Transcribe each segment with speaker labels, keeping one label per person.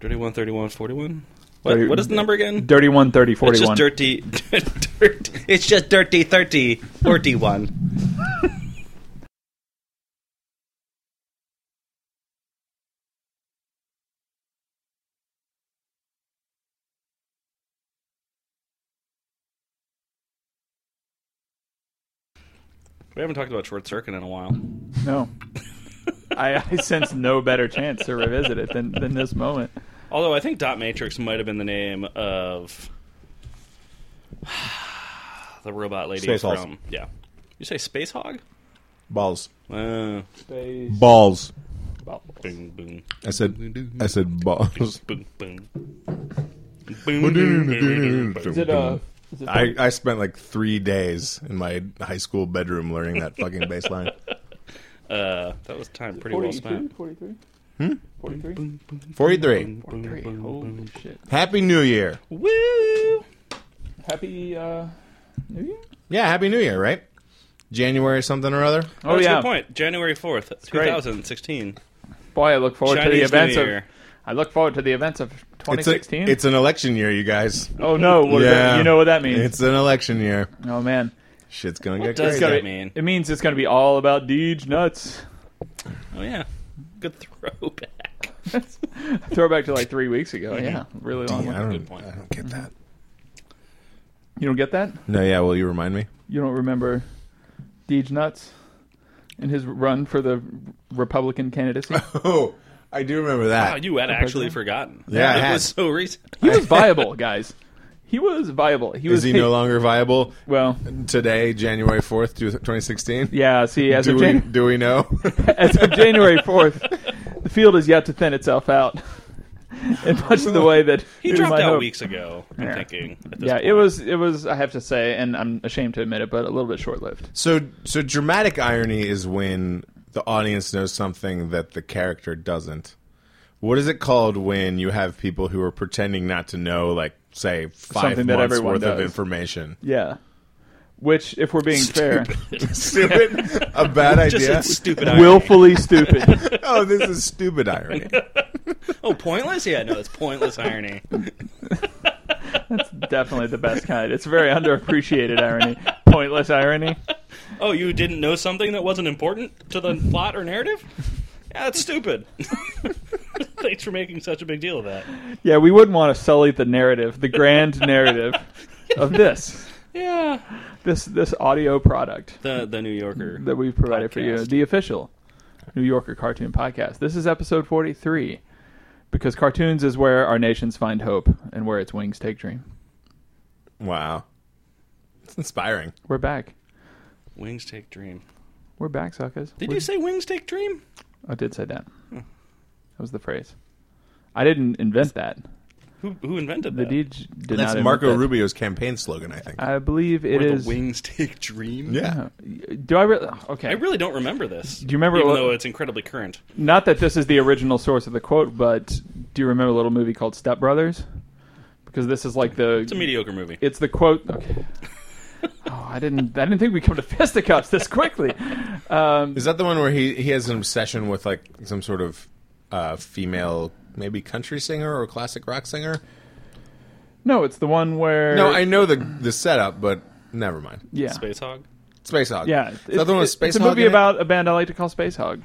Speaker 1: Dirty one thirty one forty one. What,
Speaker 2: Dirty-
Speaker 1: what is the number again?
Speaker 2: Dirty one thirty
Speaker 1: It's
Speaker 2: forty
Speaker 1: just
Speaker 2: one.
Speaker 1: dirty, dirty. It's just dirty thirty forty one. We haven't talked about short circuit in a while.
Speaker 2: No, I, I sense no better chance to revisit it than than this moment.
Speaker 1: Although I think Dot Matrix might have been the name of the robot lady
Speaker 3: Space
Speaker 1: from.
Speaker 3: Hogs.
Speaker 1: Yeah, you say Space Hog?
Speaker 3: Balls.
Speaker 1: Uh,
Speaker 2: Space
Speaker 3: Balls.
Speaker 1: boom, boom,
Speaker 3: I said. I said balls.
Speaker 1: boom, boom.
Speaker 2: Is it uh? Is it
Speaker 3: I, I spent like three days in my high school bedroom learning that fucking bass line.
Speaker 1: Uh, that was time pretty well
Speaker 2: 42,
Speaker 1: spent.
Speaker 2: 43? Hmm? 43?
Speaker 3: 43.
Speaker 1: Boom,
Speaker 2: 43.
Speaker 1: boom, boom.
Speaker 2: Holy shit.
Speaker 3: Happy New Year.
Speaker 2: Oh,
Speaker 1: Woo!
Speaker 2: Happy uh, New Year?
Speaker 3: Yeah, Happy New Year, right? January something or other.
Speaker 1: Oh, that's
Speaker 2: yeah.
Speaker 1: a good point. January fourth, two
Speaker 2: great.
Speaker 1: thousand sixteen.
Speaker 2: Boy, I look forward to the
Speaker 1: Chinese New
Speaker 2: events of
Speaker 1: Year.
Speaker 2: I look forward to the events of
Speaker 3: It's, a,
Speaker 2: 2016.
Speaker 3: it's an election year, you guys.
Speaker 2: oh no, what does that- you know what that means.
Speaker 3: It's an election year.
Speaker 2: oh man.
Speaker 3: Shit's gonna get
Speaker 1: does
Speaker 3: crazy.
Speaker 1: that
Speaker 2: Gonna-
Speaker 1: mean?
Speaker 2: It means it's going to be all about Deej nuts.
Speaker 1: Oh yeah, good throwback.
Speaker 2: Throwback to like 3 weeks ago. Yeah, really long.
Speaker 3: Yeah, I
Speaker 2: one.
Speaker 3: don't,
Speaker 1: Good point.
Speaker 3: I don't get that.
Speaker 2: You don't get that?
Speaker 3: No, yeah. Will you remind me?
Speaker 2: You don't remember Deej nuts and his run for the Republican candidacy?
Speaker 3: Oh, I do remember that.
Speaker 2: Ah.
Speaker 1: Wow, Oh, you had actually
Speaker 2: president?
Speaker 1: forgotten.
Speaker 3: Yeah, I
Speaker 1: it
Speaker 3: had.
Speaker 1: was so recent.
Speaker 2: he was viable, guys. He was viable. He was
Speaker 3: Is he no longer viable
Speaker 2: Well,
Speaker 3: today, January fourth, twenty sixteen?
Speaker 2: yeah, see as
Speaker 3: Do
Speaker 2: of
Speaker 3: we
Speaker 2: Jan-
Speaker 3: do we know?
Speaker 2: as of January 4th, the field is yet to thin itself out. In much of the way that
Speaker 1: He
Speaker 2: we
Speaker 1: dropped
Speaker 2: might
Speaker 1: out
Speaker 2: hope.
Speaker 1: weeks ago. I'm
Speaker 2: Yeah.
Speaker 1: thinking. At this
Speaker 2: Yeah,
Speaker 1: point.
Speaker 2: it was it was I have to say, and I'm ashamed to admit it, but a little bit short lived.
Speaker 3: so so dramatic irony is when the audience knows something that the character doesn't. What is it called when you have people who are pretending not to know, like say five
Speaker 2: Something that
Speaker 3: months
Speaker 2: everyone
Speaker 3: worth of
Speaker 2: does.
Speaker 3: information?
Speaker 2: Yeah. Which, if we're being
Speaker 3: Stupid, a bad
Speaker 1: just
Speaker 3: idea.
Speaker 1: a stupid.
Speaker 2: fair,
Speaker 1: irony.
Speaker 2: willfully stupid.
Speaker 3: oh, this is stupid irony.
Speaker 1: Oh, pointless? Yeah, no, it's pointless irony.
Speaker 2: Definitely the best kind. It's very underappreciated irony. Pointless irony.
Speaker 1: Oh, you didn't know something that wasn't important to the plot or narrative? Yeah, that's stupid. Thanks for making such a big deal of that.
Speaker 2: Yeah, we wouldn't want to sully the narrative, the grand narrative of this.
Speaker 1: Yeah.
Speaker 2: This this audio product.
Speaker 1: The the New Yorker.
Speaker 2: that we've provided for you,
Speaker 1: Podcast.
Speaker 2: the official New Yorker cartoon podcast. This is episode 43 because cartoons is where our nations find hope and where its wings take dream.
Speaker 3: Wow, it's inspiring.
Speaker 2: We're back.
Speaker 1: Wings Take Dream.
Speaker 2: We're back, suckers.
Speaker 1: Did
Speaker 2: We're-
Speaker 1: you Hmm. say Wings Take Dream?
Speaker 2: I did say that. That was the phrase. I didn't invent that.
Speaker 1: Who who invented
Speaker 2: The
Speaker 1: that?
Speaker 2: Deej did not
Speaker 3: That's
Speaker 2: invent
Speaker 3: Marco
Speaker 2: that.
Speaker 3: Rubio's campaign slogan, I think.
Speaker 2: I believe it
Speaker 1: Where
Speaker 2: is.
Speaker 1: the Wings Take Dream?
Speaker 3: yeah.
Speaker 2: Do I really? Okay.
Speaker 1: I really don't remember this. Do
Speaker 2: you remember
Speaker 1: Even
Speaker 2: what-
Speaker 1: though it's incredibly current.
Speaker 2: Not that this is the original source of the quote, but do you remember a little movie called Step Brothers? Because this is like the
Speaker 1: It's a mediocre movie.
Speaker 2: It's the quote. Okay. Oh, I didn't. I didn't think we'd come to fisticuffs this quickly. Um,
Speaker 3: Is that the one where he, he has an obsession with like some sort of uh, female, maybe country singer or classic rock singer?
Speaker 2: no, it's the one where.
Speaker 3: No, I know the the setup, but never mind.
Speaker 2: Yeah.
Speaker 1: Space Hog.
Speaker 3: Space Hog.
Speaker 2: Yeah.
Speaker 3: Is that the one with
Speaker 2: it's,
Speaker 3: Space
Speaker 2: it's a
Speaker 3: Hog
Speaker 2: movie
Speaker 3: in it?
Speaker 2: about a band I like to call Space Hog.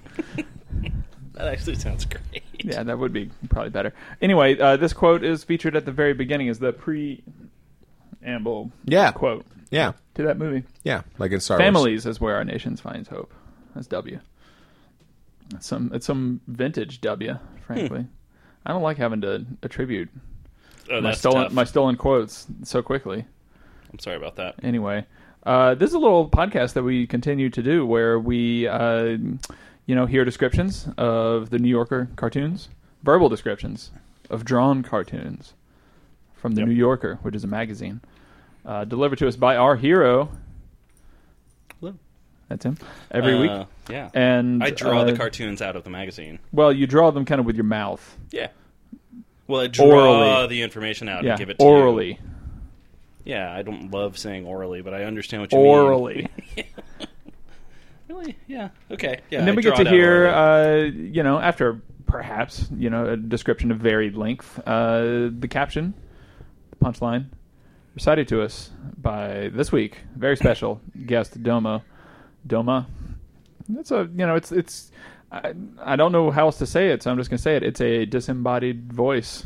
Speaker 1: That actually sounds great.
Speaker 2: Yeah, that would be probably better. Anyway, uh, this quote is featured at the very beginning as the preamble
Speaker 3: Yeah.
Speaker 2: quote
Speaker 3: Yeah.
Speaker 2: to that movie.
Speaker 3: Yeah. Like in Star Wars.
Speaker 2: Families is where our nations finds hope. That's W. It's some it's some vintage W, frankly. I don't like having to attribute
Speaker 1: Oh,
Speaker 2: my
Speaker 1: that's
Speaker 2: stolen
Speaker 1: tough.
Speaker 2: my stolen quotes so quickly.
Speaker 1: I'm sorry about that.
Speaker 2: Anyway, uh, this is a little podcast that we continue to do where we, uh, you know, hear descriptions of the New Yorker cartoons, verbal descriptions of drawn cartoons from the
Speaker 1: Yep.
Speaker 2: New Yorker, which is a magazine, uh, delivered to us by our hero.
Speaker 1: Hello.
Speaker 2: That's him every
Speaker 1: Uh,
Speaker 2: week.
Speaker 1: Yeah.
Speaker 2: And
Speaker 1: I draw the
Speaker 2: uh,
Speaker 1: cartoons out of the magazine.
Speaker 2: Well, you draw them kind of with your mouth.
Speaker 1: Yeah. Well, I draw
Speaker 2: Orally.
Speaker 1: the information out
Speaker 2: Yeah,
Speaker 1: and give it to you.
Speaker 2: orally,
Speaker 1: Yeah, I don't love saying orally, but I understand what you
Speaker 2: orally.
Speaker 1: mean. Orally. Really? Yeah. Okay. Yeah.
Speaker 2: and then
Speaker 1: I
Speaker 2: we get
Speaker 1: draw
Speaker 2: to
Speaker 1: it out
Speaker 2: hear,
Speaker 1: orally.
Speaker 2: uh, you know, after perhaps you know a description of varied length. Uh, the caption, the punchline, recited to us by this week very special guest Doma, Doma. That's a you know it's it's I, I don't know how else to say it, so I'm just gonna say it. It's a disembodied voice.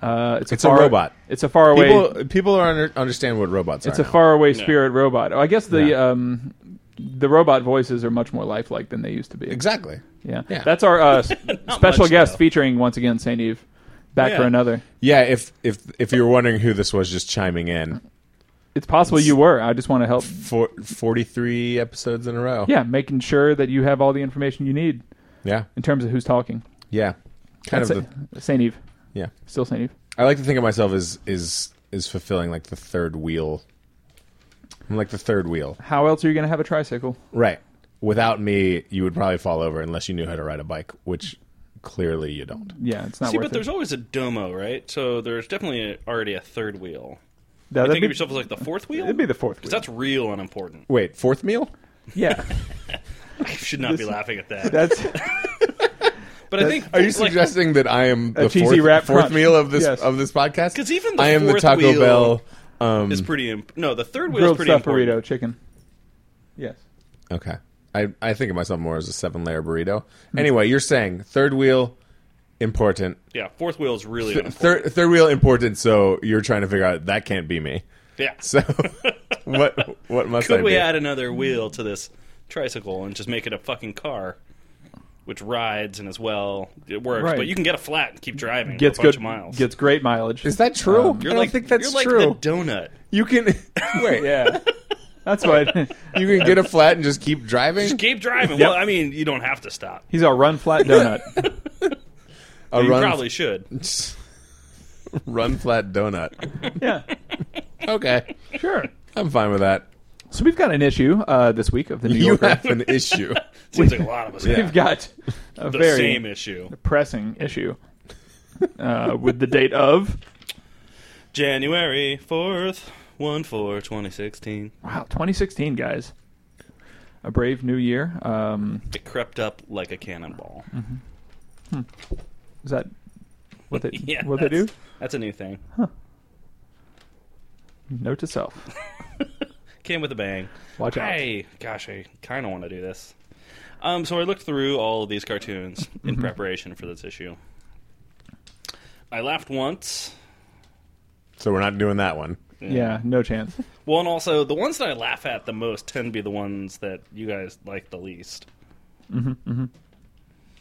Speaker 2: Uh, it's a,
Speaker 3: It's a
Speaker 2: far-
Speaker 3: robot.
Speaker 2: It's a far away.
Speaker 3: People, people are under, understand what robots
Speaker 2: It's
Speaker 3: are.
Speaker 2: a
Speaker 3: now.
Speaker 2: faraway
Speaker 1: No.
Speaker 2: spirit robot. Oh, I guess the
Speaker 3: Yeah.
Speaker 2: um, the robot voices are much more lifelike than they used to be.
Speaker 3: exactly.
Speaker 2: Yeah.
Speaker 3: Yeah.
Speaker 2: That's our uh, s-
Speaker 1: Not
Speaker 2: special
Speaker 1: much,
Speaker 2: guest
Speaker 1: though.
Speaker 2: featuring once again Saint Eve. Back for
Speaker 1: Yeah.
Speaker 2: another.
Speaker 3: Yeah, if if if you're wondering who this was, just chiming in
Speaker 2: It's possible you were. I just want to help.
Speaker 3: for 43 episodes in a row.
Speaker 2: Yeah, making sure that you have all the information you need
Speaker 3: yeah,
Speaker 2: in terms of who's talking.
Speaker 3: yeah. Kind
Speaker 2: That's
Speaker 3: of.
Speaker 2: it.
Speaker 3: The,
Speaker 2: Saint Eve.
Speaker 3: yeah,
Speaker 2: Still Saint Eve.
Speaker 3: I like to think of myself as is is fulfilling like the third wheel. I'm like the third wheel,
Speaker 2: How else are you going to have a tricycle?
Speaker 3: right? Without me, you would probably fall over unless you knew how to ride a bike, which clearly you don't.
Speaker 2: Yeah, it's not
Speaker 1: See,
Speaker 2: worth
Speaker 1: but there's
Speaker 2: it.
Speaker 1: always a domo, right? So there's definitely a, already a third wheel.
Speaker 2: That-
Speaker 1: You
Speaker 2: that'd
Speaker 1: think
Speaker 2: be-
Speaker 1: of yourself as like the fourth wheel?
Speaker 2: It'd be the fourth.
Speaker 1: Because that's real unimportant.
Speaker 3: Wait, fourth meal?
Speaker 2: yeah,
Speaker 1: I should not be laughing at that.
Speaker 2: that's
Speaker 1: but I think
Speaker 3: Are you
Speaker 1: like,
Speaker 3: suggesting that I am the
Speaker 2: cheesy
Speaker 3: fourth,
Speaker 2: wrap
Speaker 3: fourth
Speaker 2: crunch.
Speaker 3: meal of this
Speaker 2: Yes.
Speaker 3: of this podcast?
Speaker 1: 'Cause even the
Speaker 3: I am the
Speaker 1: fourth
Speaker 3: Taco
Speaker 1: wheel
Speaker 3: Bell. Um,
Speaker 1: is pretty. Imp- no, the third wheel is
Speaker 2: grilled
Speaker 1: pretty
Speaker 2: stuffed
Speaker 1: important.
Speaker 2: burrito chicken. Yes.
Speaker 3: okay, I I think of myself more as a seven layer burrito. Anyway, you're saying third wheel important.
Speaker 1: Yeah, fourth wheel is really
Speaker 3: Th-
Speaker 1: unimportant.
Speaker 3: third third wheel important. So you're trying to figure out that can't be me.
Speaker 1: Yeah.
Speaker 3: So what what must
Speaker 1: Could
Speaker 3: I
Speaker 1: we
Speaker 3: be?
Speaker 1: add another wheel to this tricycle and just make it a fucking car, which rides and as well it works?
Speaker 2: Right.
Speaker 1: But you can get a flat and keep driving.
Speaker 2: Gets
Speaker 1: for a bunch
Speaker 2: good
Speaker 1: of miles.
Speaker 2: Gets great mileage.
Speaker 3: Is that true? I
Speaker 1: Um, you're
Speaker 3: don't
Speaker 1: like,
Speaker 3: think that's
Speaker 1: you're like
Speaker 3: true.
Speaker 1: the donut.
Speaker 3: you can wait.
Speaker 2: yeah. That's what
Speaker 3: You can get a flat and just keep driving.
Speaker 1: Just keep driving. Well, I mean, you don't have to stop.
Speaker 2: he's a run flat donut.
Speaker 3: a
Speaker 1: You
Speaker 3: run
Speaker 1: probably should.
Speaker 3: run flat donut.
Speaker 2: yeah.
Speaker 3: Okay,
Speaker 2: Sure.
Speaker 3: I'm fine with that.
Speaker 2: So we've got an issue uh, this week of the New
Speaker 3: You
Speaker 2: Yorker.
Speaker 3: have an issue.
Speaker 1: Seems like a lot of us
Speaker 2: We've
Speaker 1: have
Speaker 2: got a
Speaker 1: the
Speaker 2: very
Speaker 1: same issue.
Speaker 2: pressing issue uh, with the date of
Speaker 1: January fourth, one four, 2016.
Speaker 2: wow 2016, guys. A brave new year. Um,
Speaker 1: It crept up like a cannonball.
Speaker 2: Mm-hmm. is that what they
Speaker 1: Yeah,
Speaker 2: what they do?
Speaker 1: that's- That's a new thing.
Speaker 2: Note to self:
Speaker 1: Came with a bang.
Speaker 2: Watch out.
Speaker 1: Hey, gosh, I kind of want to do this. Um, so I looked through all of these cartoons in preparation for this issue. I laughed once.
Speaker 3: So we're not doing that one.
Speaker 2: Yeah, no chance.
Speaker 1: Well, and also the ones that I laugh at the most tend to be the ones that you guys like the least. Mm-hmm. mm-hmm.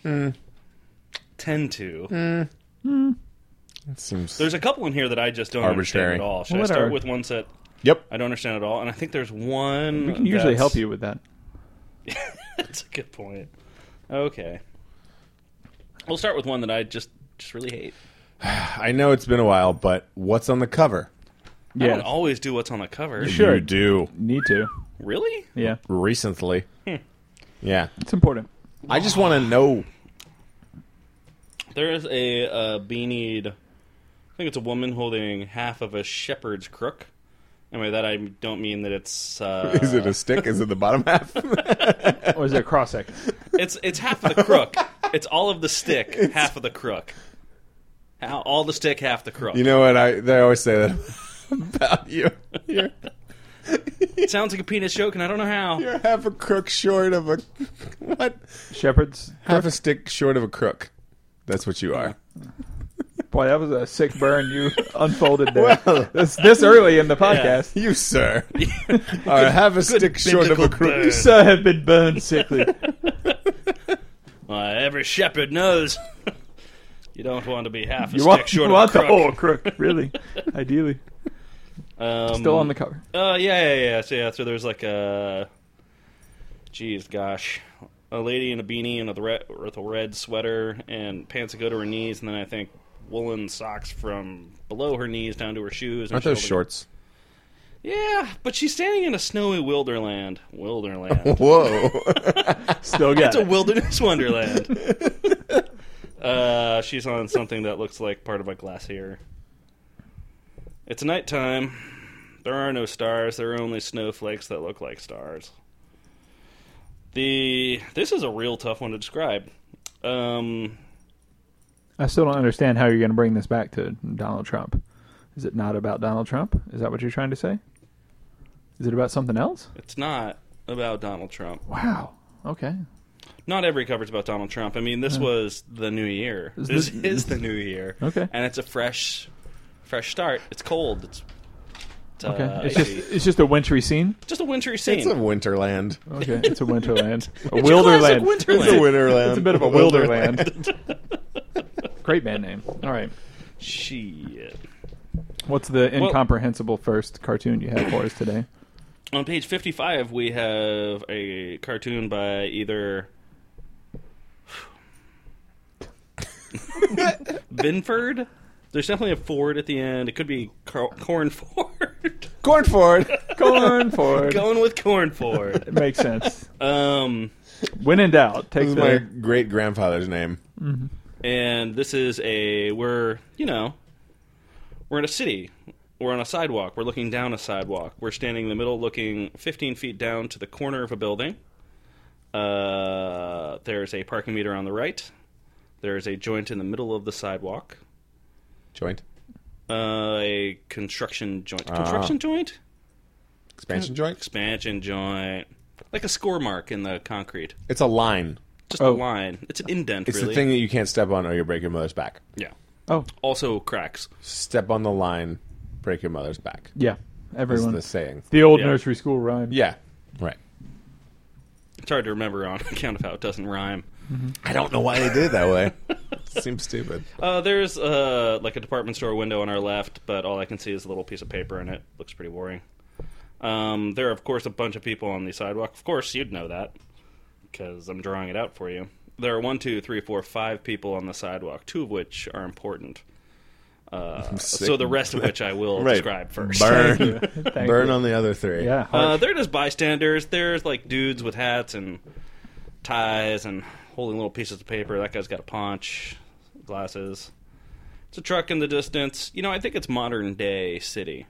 Speaker 2: mm-hmm.
Speaker 1: Tend to.
Speaker 3: It seems.
Speaker 1: There's a couple in here that I just don't
Speaker 3: Arbitrary.
Speaker 1: understand at all. Should
Speaker 2: Well,
Speaker 1: I
Speaker 2: what
Speaker 1: start
Speaker 2: are-
Speaker 1: with ones that
Speaker 3: yep.
Speaker 1: I don't understand at all? And I think there's one.
Speaker 2: We can usually
Speaker 1: that's-
Speaker 2: help you with that.
Speaker 1: That's a good point. Okay. We'll start with one that I just just really hate.
Speaker 3: I know it's been a while, but what's on the cover?
Speaker 1: I
Speaker 2: Yeah,
Speaker 1: don't always do what's on the cover.
Speaker 2: Sure.
Speaker 3: You do
Speaker 2: need to.
Speaker 1: Really?
Speaker 2: Yeah,
Speaker 3: recently.
Speaker 1: Hmm.
Speaker 3: Yeah.
Speaker 2: it's important.
Speaker 3: I just want to know.
Speaker 1: There is a uh, beanied. I think it's a woman holding half of a shepherd's crook. And by that I don't mean that it's. Uh,
Speaker 3: Is it a stick? Is it the bottom half?
Speaker 2: Or is it a cross section?
Speaker 1: It's it's half of the crook. it's all of the stick, half of the crook. How- All the stick, half the crook.
Speaker 3: you know what? I they always say that about you. You're,
Speaker 1: it sounds like a penis joke, and I don't know how.
Speaker 3: you're half a crook short of a what?
Speaker 2: Shepherds.
Speaker 3: Half a stick short of a crook. That's what you are.
Speaker 2: Boy, that was a sick burn you unfolded there. this, this early in the podcast.
Speaker 3: You sir are half Uh, a stick short of a
Speaker 1: biblical
Speaker 3: crook.
Speaker 1: bird.
Speaker 2: So I have been burned sickly.
Speaker 1: Well, Uh, every shepherd knows. you don't want to be half a
Speaker 2: You
Speaker 1: stick
Speaker 2: want,
Speaker 1: short
Speaker 2: you want
Speaker 1: of a
Speaker 2: the whole
Speaker 1: crook.
Speaker 2: crook, really? Ideally,
Speaker 1: Um,
Speaker 2: still on the cover.
Speaker 1: Uh, yeah, yeah, yeah. So yeah, so there's like a, geez, gosh, a lady in a beanie and with a red, with a red sweater and pants that go to her knees, and then I think woolen socks from below her knees down to her shoes. and
Speaker 3: Aren't
Speaker 1: she's
Speaker 3: those
Speaker 1: holding-
Speaker 3: shorts?
Speaker 1: Yeah, but she's standing in a snowy wilderland. Wilderland.
Speaker 3: Whoa!
Speaker 2: Still got
Speaker 1: it's a
Speaker 2: it.
Speaker 1: wilderness wonderland. uh, she's on something that looks like part of a glacier. It's nighttime. There are no stars. There are only snowflakes that look like stars. The this is a real tough one to describe. Um,
Speaker 2: I still don't understand how you're going to bring this back to Donald Trump. Is it not about Donald Trump? Is that what you're trying to say? Is it about something else?
Speaker 1: It's not about Donald Trump.
Speaker 2: Wow. Okay.
Speaker 1: Not every cover's about Donald Trump. I mean, this was the new year.
Speaker 2: Is
Speaker 1: This
Speaker 2: this-
Speaker 1: is the new year.
Speaker 2: Okay.
Speaker 1: And it's a fresh, fresh start. It's cold. It's, it's,
Speaker 2: Okay.
Speaker 1: uh,
Speaker 2: it's just
Speaker 1: icy.
Speaker 2: it's just a wintry scene.
Speaker 1: just a wintry scene.
Speaker 3: It's a winterland.
Speaker 2: Okay. It's a winterland.
Speaker 1: It's
Speaker 2: a
Speaker 1: your classic
Speaker 2: wilderland.
Speaker 1: winterland.
Speaker 3: It's a winterland.
Speaker 2: It's a bit of a wilderland. Great band name. All right.
Speaker 1: Shit.
Speaker 2: What's the incomprehensible first cartoon you have for us today?
Speaker 1: On page 55, we have a cartoon by either.
Speaker 3: Oh.
Speaker 1: Vinford? There's definitely a Ford at the end. It could be Cor- Corn Ford.
Speaker 3: Cornford.
Speaker 2: Corn Ford.
Speaker 1: Going with Corn Ford.
Speaker 2: It makes sense.
Speaker 1: Um,
Speaker 2: When in doubt,
Speaker 3: This
Speaker 2: take
Speaker 3: is my
Speaker 2: the
Speaker 3: great grandfather's name.
Speaker 1: and this is a. We're, you know, we're in a city. We're on a sidewalk. We're looking down a sidewalk. We're standing in the middle, looking 15 feet down to the corner of a building. Uh, there's a parking meter on the right. There's a joint in the middle of the sidewalk.
Speaker 3: Joint.
Speaker 1: Uh, a construction joint.
Speaker 3: Uh-huh.
Speaker 1: Construction joint?
Speaker 3: Expansion joint.
Speaker 1: Expansion joint. Like a score mark in the concrete.
Speaker 3: It's a line.
Speaker 1: Just
Speaker 2: Oh.
Speaker 1: a line. It's an indent,
Speaker 3: It's
Speaker 1: really.
Speaker 3: the thing that you can't step on or you'll break your mother's back.
Speaker 1: Yeah.
Speaker 2: Oh,
Speaker 1: Also cracks.
Speaker 3: Step on the line, break your mother's back.
Speaker 2: yeah.
Speaker 3: That's
Speaker 2: Everyone.
Speaker 3: the saying.
Speaker 2: The old
Speaker 1: Yeah.
Speaker 2: nursery school rhyme.
Speaker 3: Yeah. Right.
Speaker 1: It's hard to remember on account of how it doesn't rhyme.
Speaker 3: I don't know why they did it that way. Seems stupid.
Speaker 1: Uh, there's uh, like a department store window on our left, but all I can see is a little piece of paper in it. Looks pretty boring. Um, there are, of course, a bunch of people on the sidewalk. Of course, you'd know that because I'm drawing it out for you. There are one, two, three, four, five people on the sidewalk, two of which are important. Uh,
Speaker 3: sick.
Speaker 1: so the rest of which I will
Speaker 3: Right.
Speaker 1: describe first.
Speaker 3: Burn.
Speaker 2: Thank
Speaker 3: Burn
Speaker 2: you.
Speaker 3: on the other three.
Speaker 2: Yeah.
Speaker 1: Uh,
Speaker 2: harsh.
Speaker 1: they're just bystanders. There's like dudes with hats and ties and holding little pieces of paper. That guy's got a paunch, glasses. It's a truck in the distance. You know, I think it's modern day city.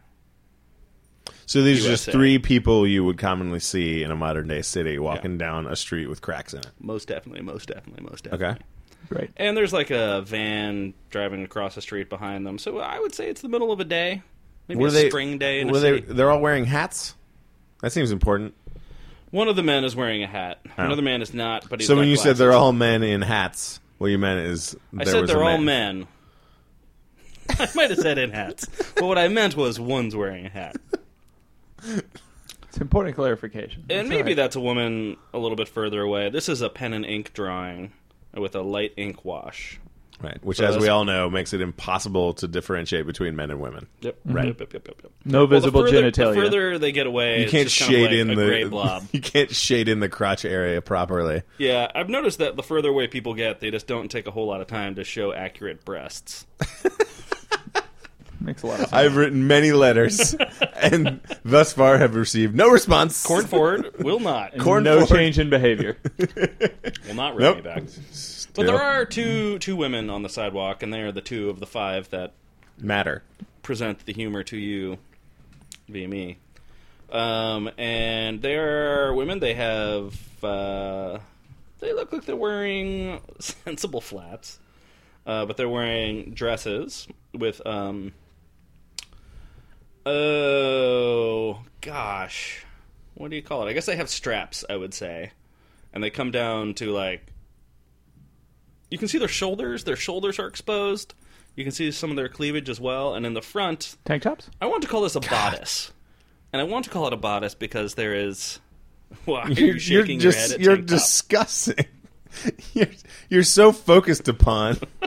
Speaker 3: So these are
Speaker 1: USA.
Speaker 3: just three people you would commonly see in a modern day city walking down a street with cracks in it.
Speaker 1: Most definitely, most definitely, most definitely.
Speaker 3: Okay.
Speaker 2: Great.
Speaker 1: And there's like a van driving across the street behind them. So I would say it's the middle of a day. Maybe
Speaker 3: Were
Speaker 1: a
Speaker 3: they-
Speaker 1: spring day in a
Speaker 3: Were they?
Speaker 1: city.
Speaker 3: They're all wearing hats. That seems important.
Speaker 1: One of the men is wearing a hat.
Speaker 3: Oh.
Speaker 1: Another man is not, but he's
Speaker 3: so when
Speaker 1: got
Speaker 3: you said
Speaker 1: glasses.
Speaker 3: they're all men in hats, what you meant is
Speaker 1: I
Speaker 3: there
Speaker 1: said
Speaker 3: was
Speaker 1: they're
Speaker 3: a
Speaker 1: all
Speaker 3: man.
Speaker 1: men. I might have said in hats, but what I meant was one's wearing a hat,
Speaker 2: It's important clarification.
Speaker 1: and
Speaker 2: That's
Speaker 1: maybe
Speaker 2: right.
Speaker 1: that's a woman a little bit further away. This is a pen and ink drawing with a light ink wash.
Speaker 3: right? Which,
Speaker 1: So
Speaker 3: as we
Speaker 1: that's-
Speaker 3: all know, makes it impossible to differentiate between men and women.
Speaker 1: Yep.
Speaker 3: Right.
Speaker 1: Yep. Yep. Yep. Yep. yep.
Speaker 2: no
Speaker 1: Well,
Speaker 2: visible
Speaker 1: the further,
Speaker 2: genitalia.
Speaker 1: The further they get away,
Speaker 3: You
Speaker 1: it's
Speaker 3: can't
Speaker 1: just
Speaker 3: shade
Speaker 1: kind
Speaker 3: in
Speaker 1: of like
Speaker 3: the
Speaker 1: a gray blob.
Speaker 3: You can't shade in the crotch area properly.
Speaker 1: yeah, I've noticed that the further away people get, they just don't take a whole lot of time to show accurate breasts.
Speaker 2: Makes a lot of sense.
Speaker 3: I've written many letters, and thus far have received no response.
Speaker 1: Cornford will not
Speaker 3: Corn
Speaker 2: no
Speaker 3: forward.
Speaker 2: change in behavior.
Speaker 1: will not rip me
Speaker 3: Nope.
Speaker 1: back. But
Speaker 3: Still
Speaker 1: there are two two women on the sidewalk, and they are the two of the five that
Speaker 3: matter.
Speaker 1: present the humor to you via me. Um, and they are women. They have. Uh, they look like they're wearing sensible flats, uh, but they're wearing dresses with. Um, oh gosh, what do you call it? I guess they have straps. I would say, and they come down to like. You can see their shoulders. Their shoulders are exposed. You can see some of their cleavage as well, and in the front,
Speaker 2: Tank tops?
Speaker 1: I want to call this a bodice, and I want to call it a bodice because there is. Why are
Speaker 3: You're,
Speaker 1: you shaking
Speaker 3: just,
Speaker 1: your head? At
Speaker 3: you're
Speaker 1: tank top?
Speaker 3: discussing. You're, you're so focused upon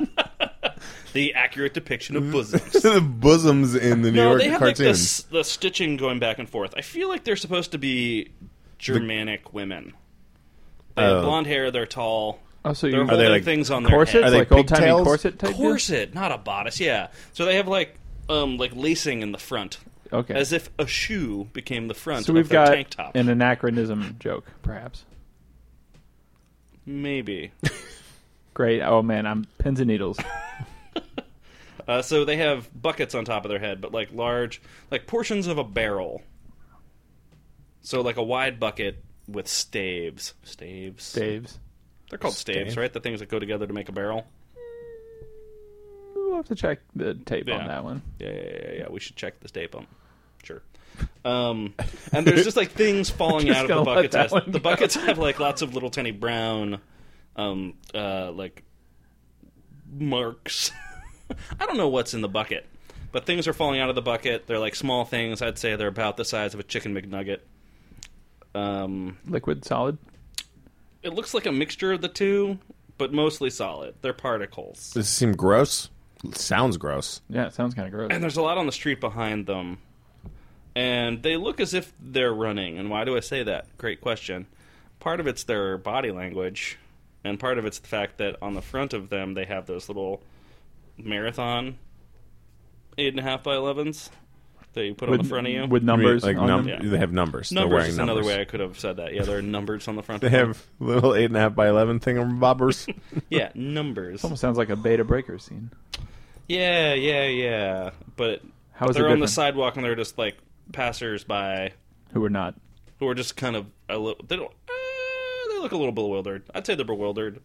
Speaker 1: the accurate depiction of bosoms.
Speaker 3: the bosoms in the New
Speaker 1: no,
Speaker 3: York
Speaker 1: they have like
Speaker 3: cartoon.
Speaker 1: this the stitching going back and forth. I feel like they're supposed to be Germanic women. They have
Speaker 3: Oh.
Speaker 1: blonde hair. They're tall.
Speaker 2: Oh, so
Speaker 1: They're
Speaker 2: you
Speaker 1: holding
Speaker 3: like,
Speaker 1: things on their
Speaker 2: corsets?
Speaker 1: head.
Speaker 3: Are they
Speaker 2: like old timey
Speaker 3: pigtails?
Speaker 2: corset type? deal?
Speaker 1: corset, not a bodice. Yeah. So they have like um like lacing in the front.
Speaker 2: Okay.
Speaker 1: As if a shoe became the front
Speaker 2: so we've
Speaker 1: of their
Speaker 2: got
Speaker 1: tank top.
Speaker 2: an anachronism joke, perhaps.
Speaker 1: Maybe.
Speaker 2: Great. Oh, man. I'm pins and needles.
Speaker 1: Uh, so they have buckets on top of their head, but like large, like portions of a barrel. So like a wide bucket with staves. Staves.
Speaker 2: Dave's.
Speaker 1: They're called staves,
Speaker 3: Stave.
Speaker 1: right? The things that go together to make a barrel.
Speaker 2: we'll have to check the tape
Speaker 1: Yeah.
Speaker 2: on that one.
Speaker 1: yeah, yeah, yeah, yeah. We should check this tape on. Sure. Um, and there's just like things falling
Speaker 2: Just
Speaker 1: out of the
Speaker 2: gonna let
Speaker 1: buckets.
Speaker 2: that
Speaker 1: As,
Speaker 2: one
Speaker 1: the
Speaker 2: go.
Speaker 1: buckets have like lots of little tiny brown, um, uh, like marks. I don't know what's in the bucket, but things are falling out of the bucket. They're like small things. I'd say they're about the size of a chicken McNugget. Um,
Speaker 2: Liquid solid.
Speaker 1: it looks like a mixture of the two, but mostly solid. They're particles.
Speaker 3: Does it seem gross? Sounds gross.
Speaker 2: Yeah, it sounds kind of gross.
Speaker 1: and there's a lot on the street behind them and they look as if they're running and why do i say that great question part of it's their body language and part of it's the fact that on the front of them they have those little marathon eight and a half by 11s that you put on the front of you
Speaker 2: with numbers. Oh,
Speaker 3: like
Speaker 2: on
Speaker 3: num-
Speaker 2: them.
Speaker 1: Yeah.
Speaker 3: they have numbers. They're
Speaker 1: numbers
Speaker 3: wearing
Speaker 1: is
Speaker 3: numbers.
Speaker 1: another way i could have said that yeah there are numbers on the front
Speaker 3: They
Speaker 1: of them
Speaker 3: have little eight and a half by eleven thingamabobbers.
Speaker 1: yeah numbers
Speaker 2: Almost sounds like a beta breaker scene.
Speaker 1: yeah yeah yeah but
Speaker 2: How
Speaker 1: they're
Speaker 2: is it
Speaker 1: on the
Speaker 2: different?
Speaker 1: sidewalk and they're just like passersby
Speaker 2: Who are not?
Speaker 1: who are just kind of a little. They don't. Uh, they look a little bewildered. I'd say they're bewildered.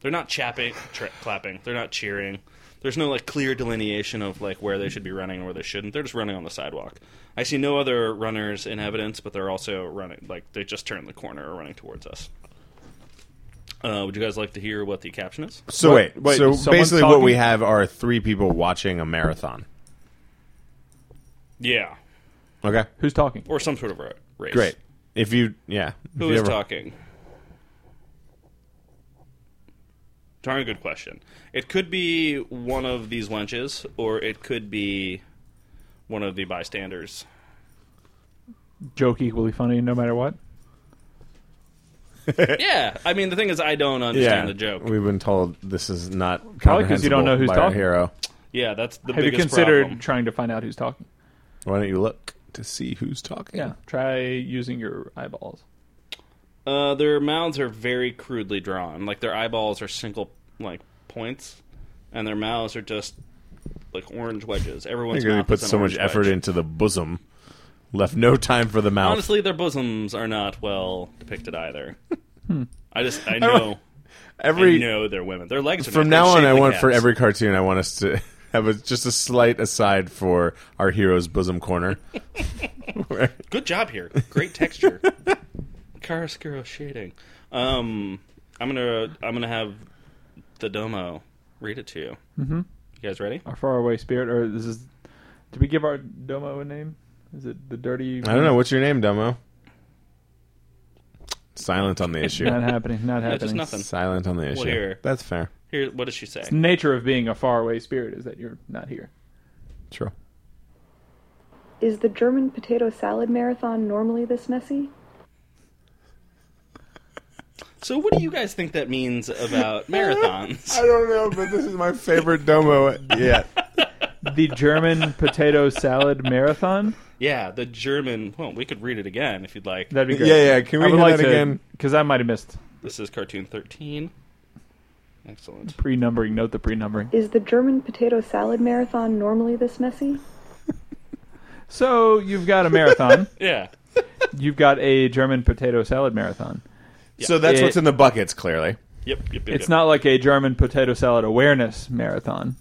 Speaker 1: They're not chapping, tra- clapping. They're not cheering. There's no like clear delineation of like where they should be running and where they shouldn't. They're just running on the sidewalk. I see no other runners in evidence, but they're also running like they just turned the corner or running towards us. Uh, would you guys like to hear what the caption is?
Speaker 3: So
Speaker 2: What?
Speaker 3: wait,
Speaker 2: Wait,
Speaker 3: so
Speaker 2: someone's
Speaker 3: basically, what we
Speaker 2: talking?
Speaker 3: have are three people watching a marathon.
Speaker 1: Yeah,
Speaker 3: Okay,
Speaker 2: Who's talking?
Speaker 1: or some sort of a race.
Speaker 3: great. If you, yeah, if
Speaker 1: Who
Speaker 3: you
Speaker 1: is
Speaker 3: ever-
Speaker 1: talking? Darn good question. It could be one of these wenches, or it could be one of the bystanders.
Speaker 2: Joke equally funny no matter what.
Speaker 1: yeah, I mean the thing is, I don't
Speaker 3: Eh. Yeah,
Speaker 1: understand the joke.
Speaker 3: We've been told this is not
Speaker 2: Probably 'cause you don't know
Speaker 3: comprehensible
Speaker 2: who's
Speaker 3: by our
Speaker 2: talking.
Speaker 3: Hero,
Speaker 1: Yeah, that's the
Speaker 2: Have you
Speaker 1: biggest
Speaker 2: considered
Speaker 1: problem.
Speaker 2: trying to find out who's talking?
Speaker 3: why don't you look to see who's talking?
Speaker 2: Yeah. Try using your eyeballs.
Speaker 1: Uh, their mouths are very crudely drawn. Like their eyeballs are single like points, and their mouths are just like orange wedges.
Speaker 3: I
Speaker 1: Everyone's
Speaker 3: think they
Speaker 1: mouth
Speaker 3: put
Speaker 1: is an
Speaker 3: so much
Speaker 1: orange
Speaker 3: effort
Speaker 1: wedge.
Speaker 3: into the bosom, left no time for the mouth.
Speaker 1: Honestly, their bosoms are not well depicted either. I just Hmm. I know I
Speaker 3: Every
Speaker 1: know they're women. Their legs are
Speaker 3: from
Speaker 1: not- they're
Speaker 3: now on, I
Speaker 1: shapely
Speaker 3: want for
Speaker 1: cats.
Speaker 3: every cartoon, I want us to have a, just a slight aside for our hero's bosom corner.
Speaker 1: Good job here. Great texture. Chiaroscuro shading. Um, I'm gonna I'm gonna have the domo read it to you. Mm-hmm. You guys ready?
Speaker 2: Our faraway spirit, or this is. Did we give our domo a name? Is it the dirty?
Speaker 3: I don't know what's your name, Dumbo. Silent on the issue.
Speaker 2: Not happening. Not happening.
Speaker 1: just nothing.
Speaker 3: Silent on the issue.
Speaker 1: here.
Speaker 3: That's fair.
Speaker 1: Here, what does she say?
Speaker 2: The nature of being a faraway spirit is that you're not here.
Speaker 3: True.
Speaker 4: Is the German potato salad marathon normally this messy?
Speaker 1: So, what do you guys think that means about marathons?
Speaker 3: I don't know, but this is my favorite Domo yet.
Speaker 2: The German potato salad marathon.
Speaker 1: yeah, the German. Well, we could read it again if you'd like.
Speaker 2: That'd be
Speaker 3: Yeah,
Speaker 2: great.
Speaker 3: yeah. Can
Speaker 2: I
Speaker 3: we
Speaker 2: would
Speaker 3: hear
Speaker 2: like
Speaker 3: that
Speaker 2: to,
Speaker 3: again?
Speaker 2: because I might have missed
Speaker 1: This is cartoon 13. Excellent.
Speaker 2: pre-numbering. Note the pre-numbering.
Speaker 4: Is the German potato salad marathon normally this messy?
Speaker 2: So you've got a marathon.
Speaker 1: Yeah.
Speaker 2: you've got a German potato salad marathon.
Speaker 3: So that's
Speaker 2: It-
Speaker 3: what's in the buckets, clearly.
Speaker 1: Yep. yep, yep
Speaker 2: It's
Speaker 1: yep.
Speaker 2: not like a German potato salad awareness marathon,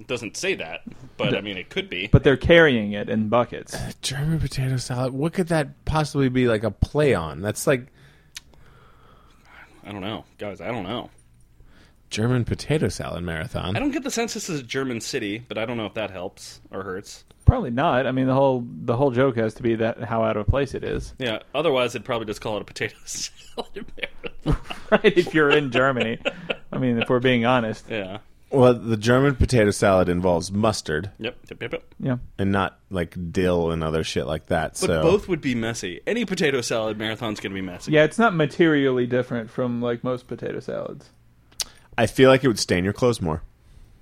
Speaker 1: It doesn't say that, but I mean, it could be.
Speaker 2: but they're carrying it in buckets.
Speaker 3: German potato salad. What could that possibly be like a play on? That's like
Speaker 1: I don't know, guys. I don't know.
Speaker 3: German potato salad
Speaker 1: I
Speaker 3: marathon.
Speaker 1: don't get the sense this is a German city, but I don't know if that helps or hurts.
Speaker 2: Probably not. I mean, the whole the whole joke has to be that how out of place it is.
Speaker 1: Yeah. Otherwise, they'd probably just call it a potato salad marathon.
Speaker 2: Right? If you're in Germany, I mean, if we're being honest,
Speaker 1: Yeah.
Speaker 3: Well, the German potato salad involves mustard
Speaker 1: Yep. Yep. Yep. yep.
Speaker 2: yeah.
Speaker 3: and not like dill and other shit like that.
Speaker 1: But
Speaker 3: so
Speaker 1: both would be messy. Any potato salad marathon's gonna be messy.
Speaker 2: Yeah, it's not materially different from like most potato salads
Speaker 3: I feel like it would stain your clothes more.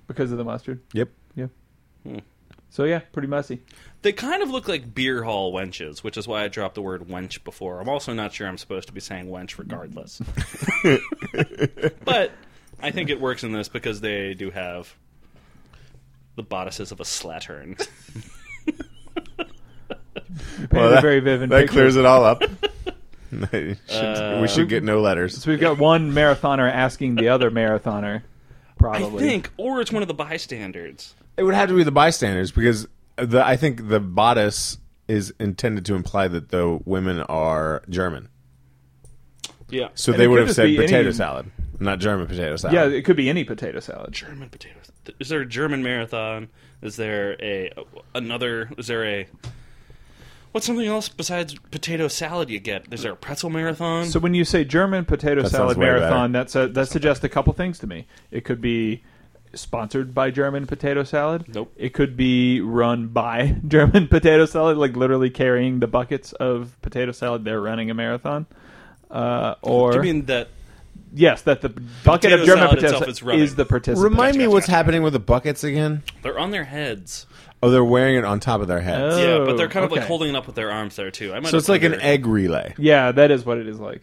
Speaker 2: because of the mustard.
Speaker 3: Yep.
Speaker 2: Yeah.
Speaker 3: Hmm.
Speaker 2: So yeah, pretty messy.
Speaker 1: They kind of look like beer hall wenches, which is why I dropped the word wench before. I'm also not sure I'm supposed to be saying wench regardless. but I think it works in this because they do have the bodices of a slattern.
Speaker 2: You painted a very vivid
Speaker 3: that
Speaker 2: picture.
Speaker 3: clears it all up. Should-
Speaker 1: Uh,
Speaker 3: we should get no letters.
Speaker 2: so we've got one marathoner asking the other
Speaker 1: I
Speaker 2: marathoner. probably.
Speaker 1: think, or it's one of the bystanders.
Speaker 3: It would have to be the bystanders because the I think the bodice is intended to imply that the women are German,
Speaker 1: Yeah,
Speaker 3: so
Speaker 2: And
Speaker 3: they
Speaker 2: it
Speaker 3: would
Speaker 2: could
Speaker 3: have
Speaker 2: just
Speaker 3: said
Speaker 2: be any-
Speaker 3: potato salad, not German potato salad.
Speaker 1: um,
Speaker 2: Yeah, it could be any potato salad.
Speaker 1: German potatoes. Is there a German marathon? Is there a another? Is there a what's something else besides potato salad you get? Is there a pretzel marathon?
Speaker 2: So when you say German potato
Speaker 3: That sounds
Speaker 2: salad
Speaker 3: way
Speaker 2: marathon, that's a, that suggests a couple things to me. It could be sponsored by German potato salad.
Speaker 1: Nope.
Speaker 2: It could be run by German potato salad, like literally carrying the buckets of potato salad. They're running a marathon. Uh, or
Speaker 1: Do you mean that?
Speaker 2: yes, that the bucket
Speaker 1: Potato
Speaker 2: of German
Speaker 1: salad
Speaker 2: potato
Speaker 1: itself
Speaker 2: salad
Speaker 1: is running.
Speaker 2: is the participant.
Speaker 3: Remind me
Speaker 1: Gotcha,
Speaker 3: what's
Speaker 1: gotcha.
Speaker 3: happening with the buckets again?
Speaker 1: They're on their heads.
Speaker 3: Oh, they're wearing it on top of their heads.
Speaker 2: Oh,
Speaker 1: yeah, but they're kind of like
Speaker 2: okay.
Speaker 1: holding it up with their arms there too. I might
Speaker 3: so
Speaker 1: have
Speaker 3: it's like an
Speaker 1: wondered-
Speaker 3: egg relay.
Speaker 2: Yeah, that is what it is like.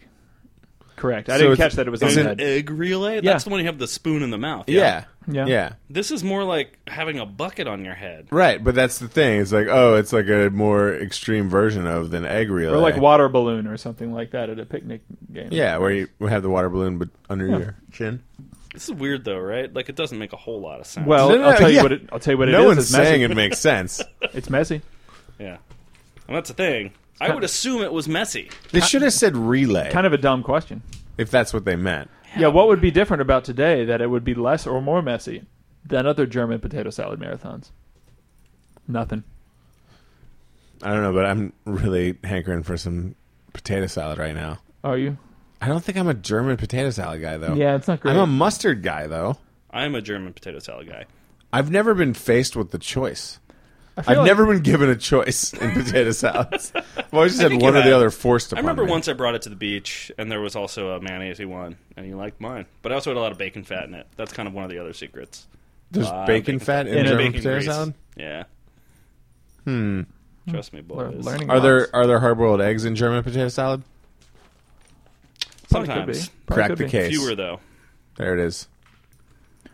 Speaker 2: Correct. I
Speaker 3: So
Speaker 2: didn't
Speaker 3: it's-
Speaker 2: catch that it was on
Speaker 3: it's
Speaker 1: An
Speaker 2: the
Speaker 3: an
Speaker 2: head.
Speaker 1: egg relay. That's
Speaker 2: Yeah.
Speaker 1: the one you have the spoon in the mouth.
Speaker 3: Yeah.
Speaker 2: Yeah.
Speaker 1: This is more like having a bucket on your head.
Speaker 3: Right, but that's the thing. It's like, oh, it's like a more extreme version of than egg relay.
Speaker 2: or like water balloon or something like that at a picnic game.
Speaker 3: Yeah, where you we have the water balloon but under your chin.
Speaker 1: This is weird though, right? Like it doesn't make a whole lot of sense.
Speaker 2: Well,
Speaker 3: No, no,
Speaker 2: I'll tell you
Speaker 3: yeah.
Speaker 2: what. It, I'll tell you what it
Speaker 3: no
Speaker 2: is.
Speaker 3: one's
Speaker 2: It's messy.
Speaker 3: saying it makes sense.
Speaker 2: It's messy.
Speaker 1: yeah, and that's the thing. I would assume it was messy.
Speaker 3: They should have said relay
Speaker 2: Kind of a dumb question.
Speaker 3: if that's what they meant.
Speaker 2: Yeah, what would be different about today that it would be less or more messy than other German potato salad marathons? Nothing.
Speaker 3: I don't know, but I'm really hankering for some potato salad right now.
Speaker 2: Are you?
Speaker 3: I don't think I'm a German potato salad guy though.
Speaker 2: Yeah, it's not great.
Speaker 3: I'm a mustard guy though.
Speaker 1: I'm a German potato salad guy.
Speaker 3: I've never been faced with the choice.
Speaker 2: I feel
Speaker 3: I've
Speaker 2: like-
Speaker 3: never been given a choice in potato salads. I've always just
Speaker 1: I
Speaker 3: had
Speaker 1: think
Speaker 3: one
Speaker 1: you
Speaker 3: or the
Speaker 1: have.
Speaker 3: other forced
Speaker 1: I
Speaker 3: upon
Speaker 1: remember
Speaker 3: me.
Speaker 1: once I brought it to the beach, and there was also a mayonnaise one, and he liked mine. But I also had a lot of bacon fat in it. That's kind of one of the other secrets.
Speaker 3: There's
Speaker 1: Ah,
Speaker 3: bacon,
Speaker 1: bacon
Speaker 3: fat in
Speaker 2: In a
Speaker 3: German
Speaker 1: Bacon
Speaker 3: potato
Speaker 1: grease.
Speaker 3: salad.
Speaker 1: Yeah.
Speaker 3: Hmm.
Speaker 1: Trust me, boys.
Speaker 2: Lear- learning
Speaker 3: Are
Speaker 2: lots.
Speaker 3: there are there hard boiled eggs in German potato salad?
Speaker 2: Probably could be.
Speaker 1: Sometimes.
Speaker 2: Probably
Speaker 3: Crack
Speaker 2: could
Speaker 3: the
Speaker 2: be.
Speaker 3: case.
Speaker 1: Fewer though.
Speaker 3: There it is.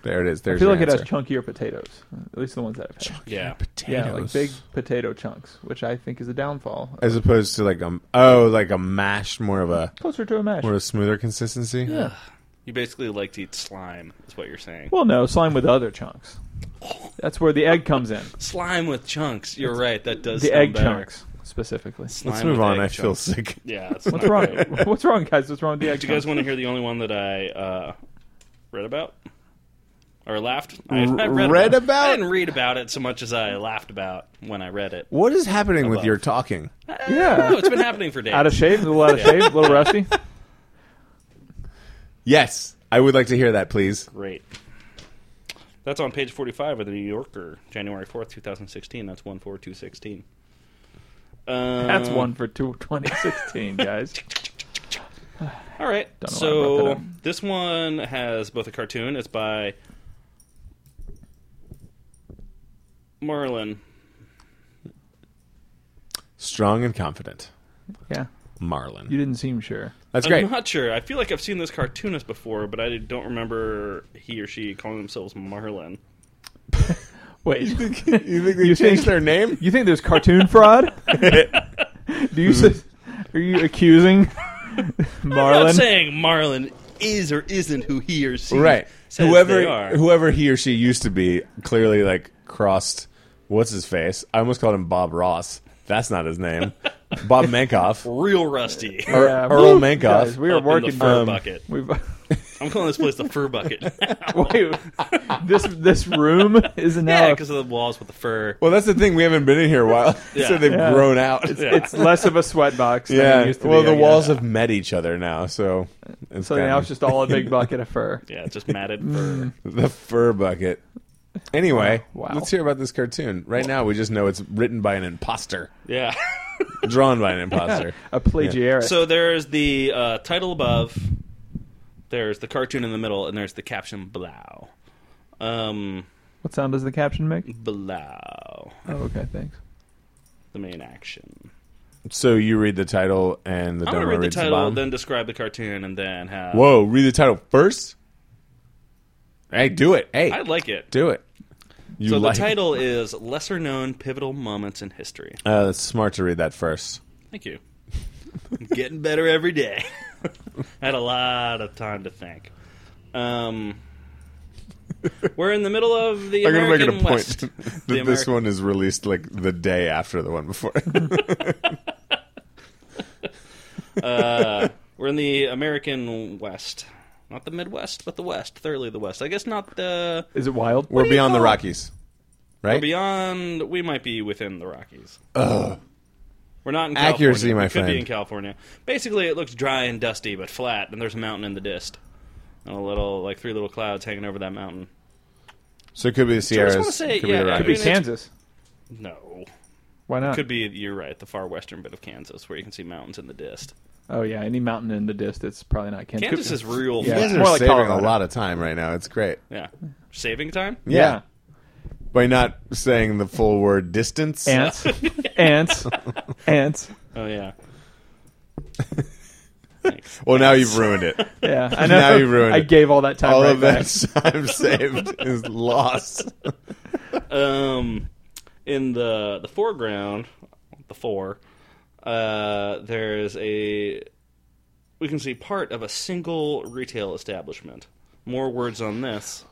Speaker 3: There it is. There's
Speaker 2: I feel
Speaker 3: your
Speaker 2: like it
Speaker 3: answer.
Speaker 2: has chunkier potatoes. At least the ones that I've had.
Speaker 1: Yeah.
Speaker 3: potatoes.
Speaker 2: Yeah, like big potato chunks, which I think is a downfall.
Speaker 3: as opposed to like a oh like a mash more of a
Speaker 2: Closer to a mash.
Speaker 3: more of a smoother consistency.
Speaker 2: Yeah.
Speaker 1: You basically like to eat slime, is what you're saying.
Speaker 2: Well, no, slime with other chunks. That's where the egg comes in.
Speaker 1: Slime with chunks. You're right. That does
Speaker 2: The
Speaker 1: sound
Speaker 2: egg
Speaker 1: better.
Speaker 2: chunks specifically.
Speaker 1: Slime
Speaker 3: Let's move
Speaker 1: with
Speaker 3: on.
Speaker 1: egg
Speaker 3: I feel
Speaker 1: chunks.
Speaker 3: sick.
Speaker 1: Yeah. It's
Speaker 2: What's
Speaker 1: not
Speaker 2: wrong?
Speaker 1: great.
Speaker 2: What's wrong, guys? What's wrong with the egg?
Speaker 1: Do you guys
Speaker 2: chunks?
Speaker 1: want to hear the only one that I uh, read about or laughed? I,
Speaker 3: R-
Speaker 1: I
Speaker 3: read about?
Speaker 1: I didn't read about it so much as I laughed about when I read it.
Speaker 3: What is happening with
Speaker 1: Above.
Speaker 3: your talking?
Speaker 2: Yeah.
Speaker 1: No, it's been Uh, happening for days.
Speaker 2: out of shape, a little out of shape, a little rusty.
Speaker 3: Yes, I would like to hear that, please.
Speaker 1: Great. That's on page 45 of the New Yorker, January 4th, 2016. That's 14216. Um,
Speaker 2: That's one for two, 2016, guys.
Speaker 1: All right.
Speaker 2: Don't know why I brought
Speaker 1: So
Speaker 2: that up.
Speaker 1: this one has both a cartoon. It's by Marlin.
Speaker 3: Strong and confident,
Speaker 2: Yeah,
Speaker 3: Marlin.
Speaker 2: you didn't seem sure.
Speaker 3: That's
Speaker 1: I'm
Speaker 3: great.
Speaker 1: not sure. I feel like I've seen this cartoonist before, but I don't remember he or she calling themselves Marlin.
Speaker 2: Wait,
Speaker 3: you think they
Speaker 2: You
Speaker 3: changed
Speaker 2: think-
Speaker 3: their name?
Speaker 2: you think there's cartoon fraud? Do
Speaker 1: Mm.
Speaker 2: you? s- Are you accusing
Speaker 1: I'm not
Speaker 2: Marlin?
Speaker 1: saying Marlin is or isn't who he or she
Speaker 3: right.
Speaker 1: says they
Speaker 3: Whoever
Speaker 1: are.
Speaker 3: whoever he or she used to be clearly like crossed. What's his face? I almost called him Bob Ross. That's not his name. Bob Mankoff.
Speaker 1: Real rusty.
Speaker 3: Or
Speaker 2: Yeah,
Speaker 3: Earl
Speaker 2: woo,
Speaker 3: Mankoff.
Speaker 2: guys, we are
Speaker 1: Up in the
Speaker 2: working.
Speaker 1: fur
Speaker 3: um,
Speaker 1: bucket.
Speaker 2: We've,
Speaker 1: I'm calling this place the fur bucket.
Speaker 2: wait, this this room is now.
Speaker 1: yeah,
Speaker 3: Uh,
Speaker 1: because of the walls with the fur.
Speaker 3: Well, that's the thing. We haven't been in here a while, so
Speaker 1: Yeah.
Speaker 3: they've
Speaker 2: Yeah.
Speaker 3: grown out.
Speaker 1: Yeah.
Speaker 2: it's less of a sweat box. Than it
Speaker 3: Yeah.
Speaker 2: used to
Speaker 3: Well,
Speaker 2: be,
Speaker 3: the
Speaker 2: I guess.
Speaker 3: walls have met each other now, so it's
Speaker 2: So
Speaker 3: gotten-
Speaker 2: now it's just all a big bucket of fur.
Speaker 1: Yeah, it's just matted
Speaker 3: Mm.
Speaker 1: fur.
Speaker 3: the fur bucket. Anyway,
Speaker 2: Wow.
Speaker 3: let's hear about this cartoon. Right now, we just know it's written by an imposter,
Speaker 1: Yeah.
Speaker 3: drawn by an imposter.
Speaker 2: A plagiarist.
Speaker 1: So there's the uh, title above, there's the cartoon in the middle, and there's the caption blow. Um,
Speaker 2: what sound does the caption make?
Speaker 1: blow.
Speaker 2: Oh, okay, thanks.
Speaker 1: The main action.
Speaker 3: So you read the title and the
Speaker 1: I'm
Speaker 3: Dharma
Speaker 1: going to read the
Speaker 3: reads
Speaker 1: title,
Speaker 3: bomb?
Speaker 1: then describe the cartoon, and then have.
Speaker 3: Whoa! Read the title first. Hey, do it. Hey,
Speaker 1: I like it.
Speaker 3: do it. You
Speaker 1: so
Speaker 3: like
Speaker 1: the title is Lesser Known Pivotal Moments in History.
Speaker 3: Uh, it's smart to read that first.
Speaker 1: Thank you. Getting better every day. Had a lot of time to think. Um, We're in the middle of the
Speaker 3: I'm gonna make
Speaker 1: American
Speaker 3: it a point
Speaker 1: West.
Speaker 3: that
Speaker 1: The
Speaker 3: this
Speaker 1: Ameri-
Speaker 3: one is released like the day after the one before.
Speaker 1: uh, we're in the American West, not the Midwest, but the West. Thoroughly the West. I guess not the.
Speaker 2: Is it wild?
Speaker 3: We're
Speaker 1: you
Speaker 3: beyond the
Speaker 1: call it?
Speaker 3: Rockies, right?
Speaker 1: We're beyond. We might be within the Rockies.
Speaker 3: Ugh.
Speaker 1: We're not in
Speaker 3: Uh, Accuracy,
Speaker 1: California.
Speaker 3: my
Speaker 1: we Could
Speaker 3: friend.
Speaker 1: be in California. Basically, it looks dry and dusty, but flat, and there's a mountain in the dist, and a little like three little clouds hanging over that mountain.
Speaker 3: So it could be the
Speaker 1: I
Speaker 3: Sierras.
Speaker 1: just wanna say,
Speaker 3: could
Speaker 1: yeah, it
Speaker 3: be the
Speaker 1: could
Speaker 3: Rockies.
Speaker 2: Could be
Speaker 1: I mean, it's-
Speaker 2: Kansas.
Speaker 1: No,
Speaker 2: Why not?
Speaker 1: could be you're right. The far western bit of Kansas, where you can see mountains in the dist.
Speaker 2: Oh yeah, any mountain in the dist, it's probably not Kansas.
Speaker 1: Kansas
Speaker 2: Could-
Speaker 1: is real.
Speaker 2: Yeah.
Speaker 3: You
Speaker 1: flat.
Speaker 3: guys
Speaker 2: More
Speaker 3: are
Speaker 2: like
Speaker 3: saving a
Speaker 2: Colorado.
Speaker 3: lot of time right now. It's great.
Speaker 1: Yeah. Saving time?
Speaker 3: Yeah. By not saying the full word distance.
Speaker 2: ants, ants, ants.
Speaker 1: Oh, yeah. Thanks.
Speaker 3: Well, now you've ruined it.
Speaker 2: Yeah, I know.
Speaker 3: Now you ruined
Speaker 2: I
Speaker 3: it.
Speaker 2: gave all that time.
Speaker 3: All
Speaker 2: right
Speaker 3: of
Speaker 2: back.
Speaker 3: that time saved is lost.
Speaker 1: Um, in the the foreground, the four, uh, there's a. We can see part of a single retail establishment. More words on this.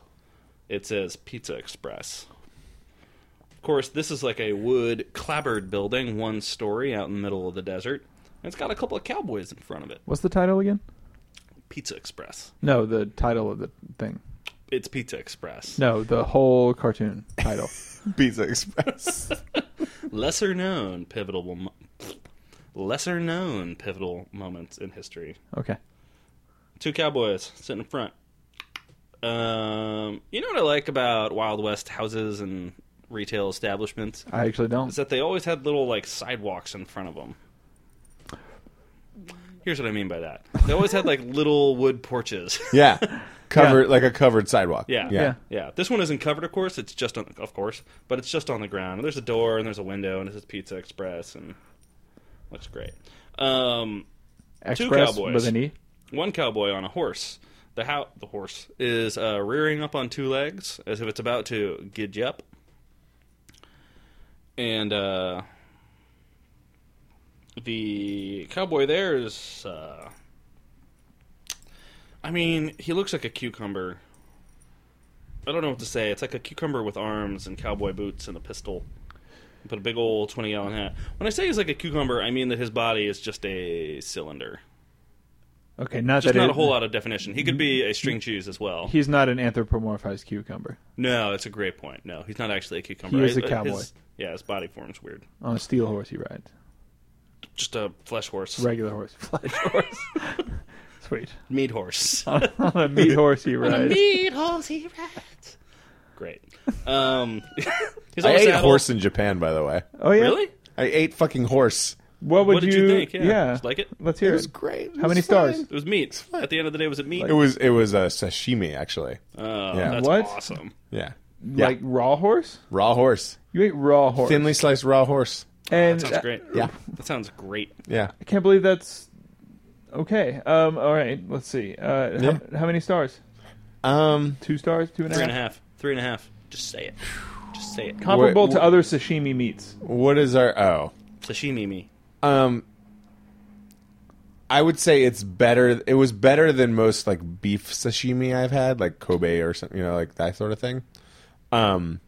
Speaker 1: It says Pizza Express. Of course, this is like a wood clapboard building, one story out in the middle of the desert. And it's got a couple of cowboys in front of it.
Speaker 2: What's the title again?
Speaker 1: Pizza Express.
Speaker 2: No, the title of the thing.
Speaker 1: It's Pizza Express.
Speaker 2: No, the whole cartoon title.
Speaker 3: Pizza Express.
Speaker 1: Lesser known pivotal mom- lesser known pivotal moments in history.
Speaker 2: Okay.
Speaker 1: Two cowboys sitting in front. Um, you know what I like about Wild West houses and retail establishments
Speaker 2: I actually
Speaker 1: is
Speaker 2: don't.
Speaker 1: that they always had little like sidewalks in front of them. Here's what I mean by that. They always had like little wood porches.
Speaker 3: Yeah. Covered like a covered sidewalk.
Speaker 1: Yeah.
Speaker 3: Yeah.
Speaker 2: Yeah.
Speaker 1: Yeah, this one isn't covered, of course. It's just on, of course, but it's just on the ground. And there's a door and there's a window and it says Pizza Express and looks great. Um,
Speaker 2: Express
Speaker 1: cowboys.
Speaker 2: with an E.
Speaker 1: one cowboy on a horse. The how the horse is uh, rearing up on two legs as if it's about to gidge up, and uh, the cowboy there is. Uh, I mean, he looks like a cucumber. I don't know what to say. It's like a cucumber with arms and cowboy boots and a pistol. But a big old twenty gallon hat. When I say he's like a cucumber, I mean that his body is just a cylinder.
Speaker 2: Okay, not
Speaker 1: Just
Speaker 2: that
Speaker 1: not
Speaker 2: it-
Speaker 1: a whole lot of definition. He could be a string cheese as well.
Speaker 2: He's not an anthropomorphized cucumber
Speaker 1: no, it's a great point. No, he's not actually a cucumber.
Speaker 2: He is a
Speaker 1: His-
Speaker 2: cowboy.
Speaker 1: his- yeah, his body form's weird.
Speaker 2: on a steel horse. He rides
Speaker 1: Just a flesh horse,
Speaker 2: regular horse, flesh horse. Sweet.
Speaker 1: meat horse.
Speaker 2: on a meat horse, he rides.
Speaker 1: meat horse, he rides. Great. Um, he's
Speaker 3: I
Speaker 1: on a
Speaker 3: ate
Speaker 1: saddle.
Speaker 3: horse in Japan, by the way.
Speaker 2: Oh yeah.
Speaker 1: Really?
Speaker 3: I ate fucking horse.
Speaker 2: What would
Speaker 1: What did you think? Yeah. Just like it?
Speaker 2: Let's
Speaker 3: It
Speaker 2: hear it.
Speaker 3: was great. It
Speaker 2: How many
Speaker 3: was
Speaker 2: stars?
Speaker 3: fine.
Speaker 1: It was meat. At the end of the day, was it meat?
Speaker 3: It was it was a sashimi actually.
Speaker 1: oh,
Speaker 3: Yeah.
Speaker 1: that's
Speaker 2: What?
Speaker 1: awesome.
Speaker 3: Yeah. Yeah.
Speaker 2: Like raw horse?
Speaker 3: raw horse.
Speaker 2: You ate raw horse.
Speaker 3: Thinly sliced raw horse.
Speaker 2: and
Speaker 1: Sounds great.
Speaker 3: Yeah.
Speaker 1: That sounds great.
Speaker 3: Yeah.
Speaker 2: I can't believe that's okay. Um, all right, let's see. Uh,
Speaker 3: Yeah.
Speaker 2: how, how many stars?
Speaker 3: Um
Speaker 2: Two stars, two and a
Speaker 1: Three and a
Speaker 2: half.
Speaker 1: half. Three and a half. Just say it. Just say it.
Speaker 2: Comparable
Speaker 3: Wait,
Speaker 2: to
Speaker 3: wh-
Speaker 2: other sashimi meats.
Speaker 3: what is our oh.
Speaker 1: Sashimi me.
Speaker 3: Um, I would say it's better. It was better than most like beef sashimi I've had, like Kobe or something, you know, like that sort of thing. Um,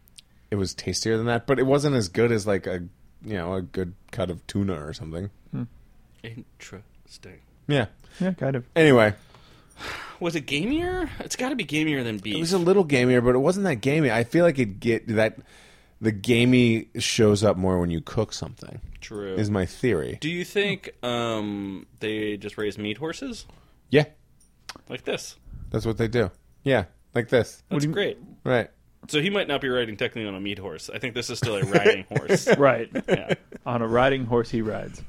Speaker 3: it was tastier than that, but it wasn't as good as like a you know a good cut of tuna or something.
Speaker 1: Interesting.
Speaker 3: Yeah.
Speaker 2: Yeah, kind of.
Speaker 3: Anyway,
Speaker 1: Was it gamier? It's got to be gamier than beef.
Speaker 3: it was a little gamier, but it wasn't that gamey. I feel like it get that the gamey shows up more when you cook something.
Speaker 1: True.
Speaker 3: Is my theory.
Speaker 1: Do you think um, they just raise meat horses
Speaker 3: Yeah,
Speaker 1: like this?
Speaker 3: that's what they do. Yeah, like this.
Speaker 1: That's
Speaker 2: do you-
Speaker 1: great.
Speaker 3: Right.
Speaker 1: So he might not be riding technically on a meat horse. I think this is still a riding horse.
Speaker 2: Right.
Speaker 1: Yeah.
Speaker 2: On a riding horse, he rides.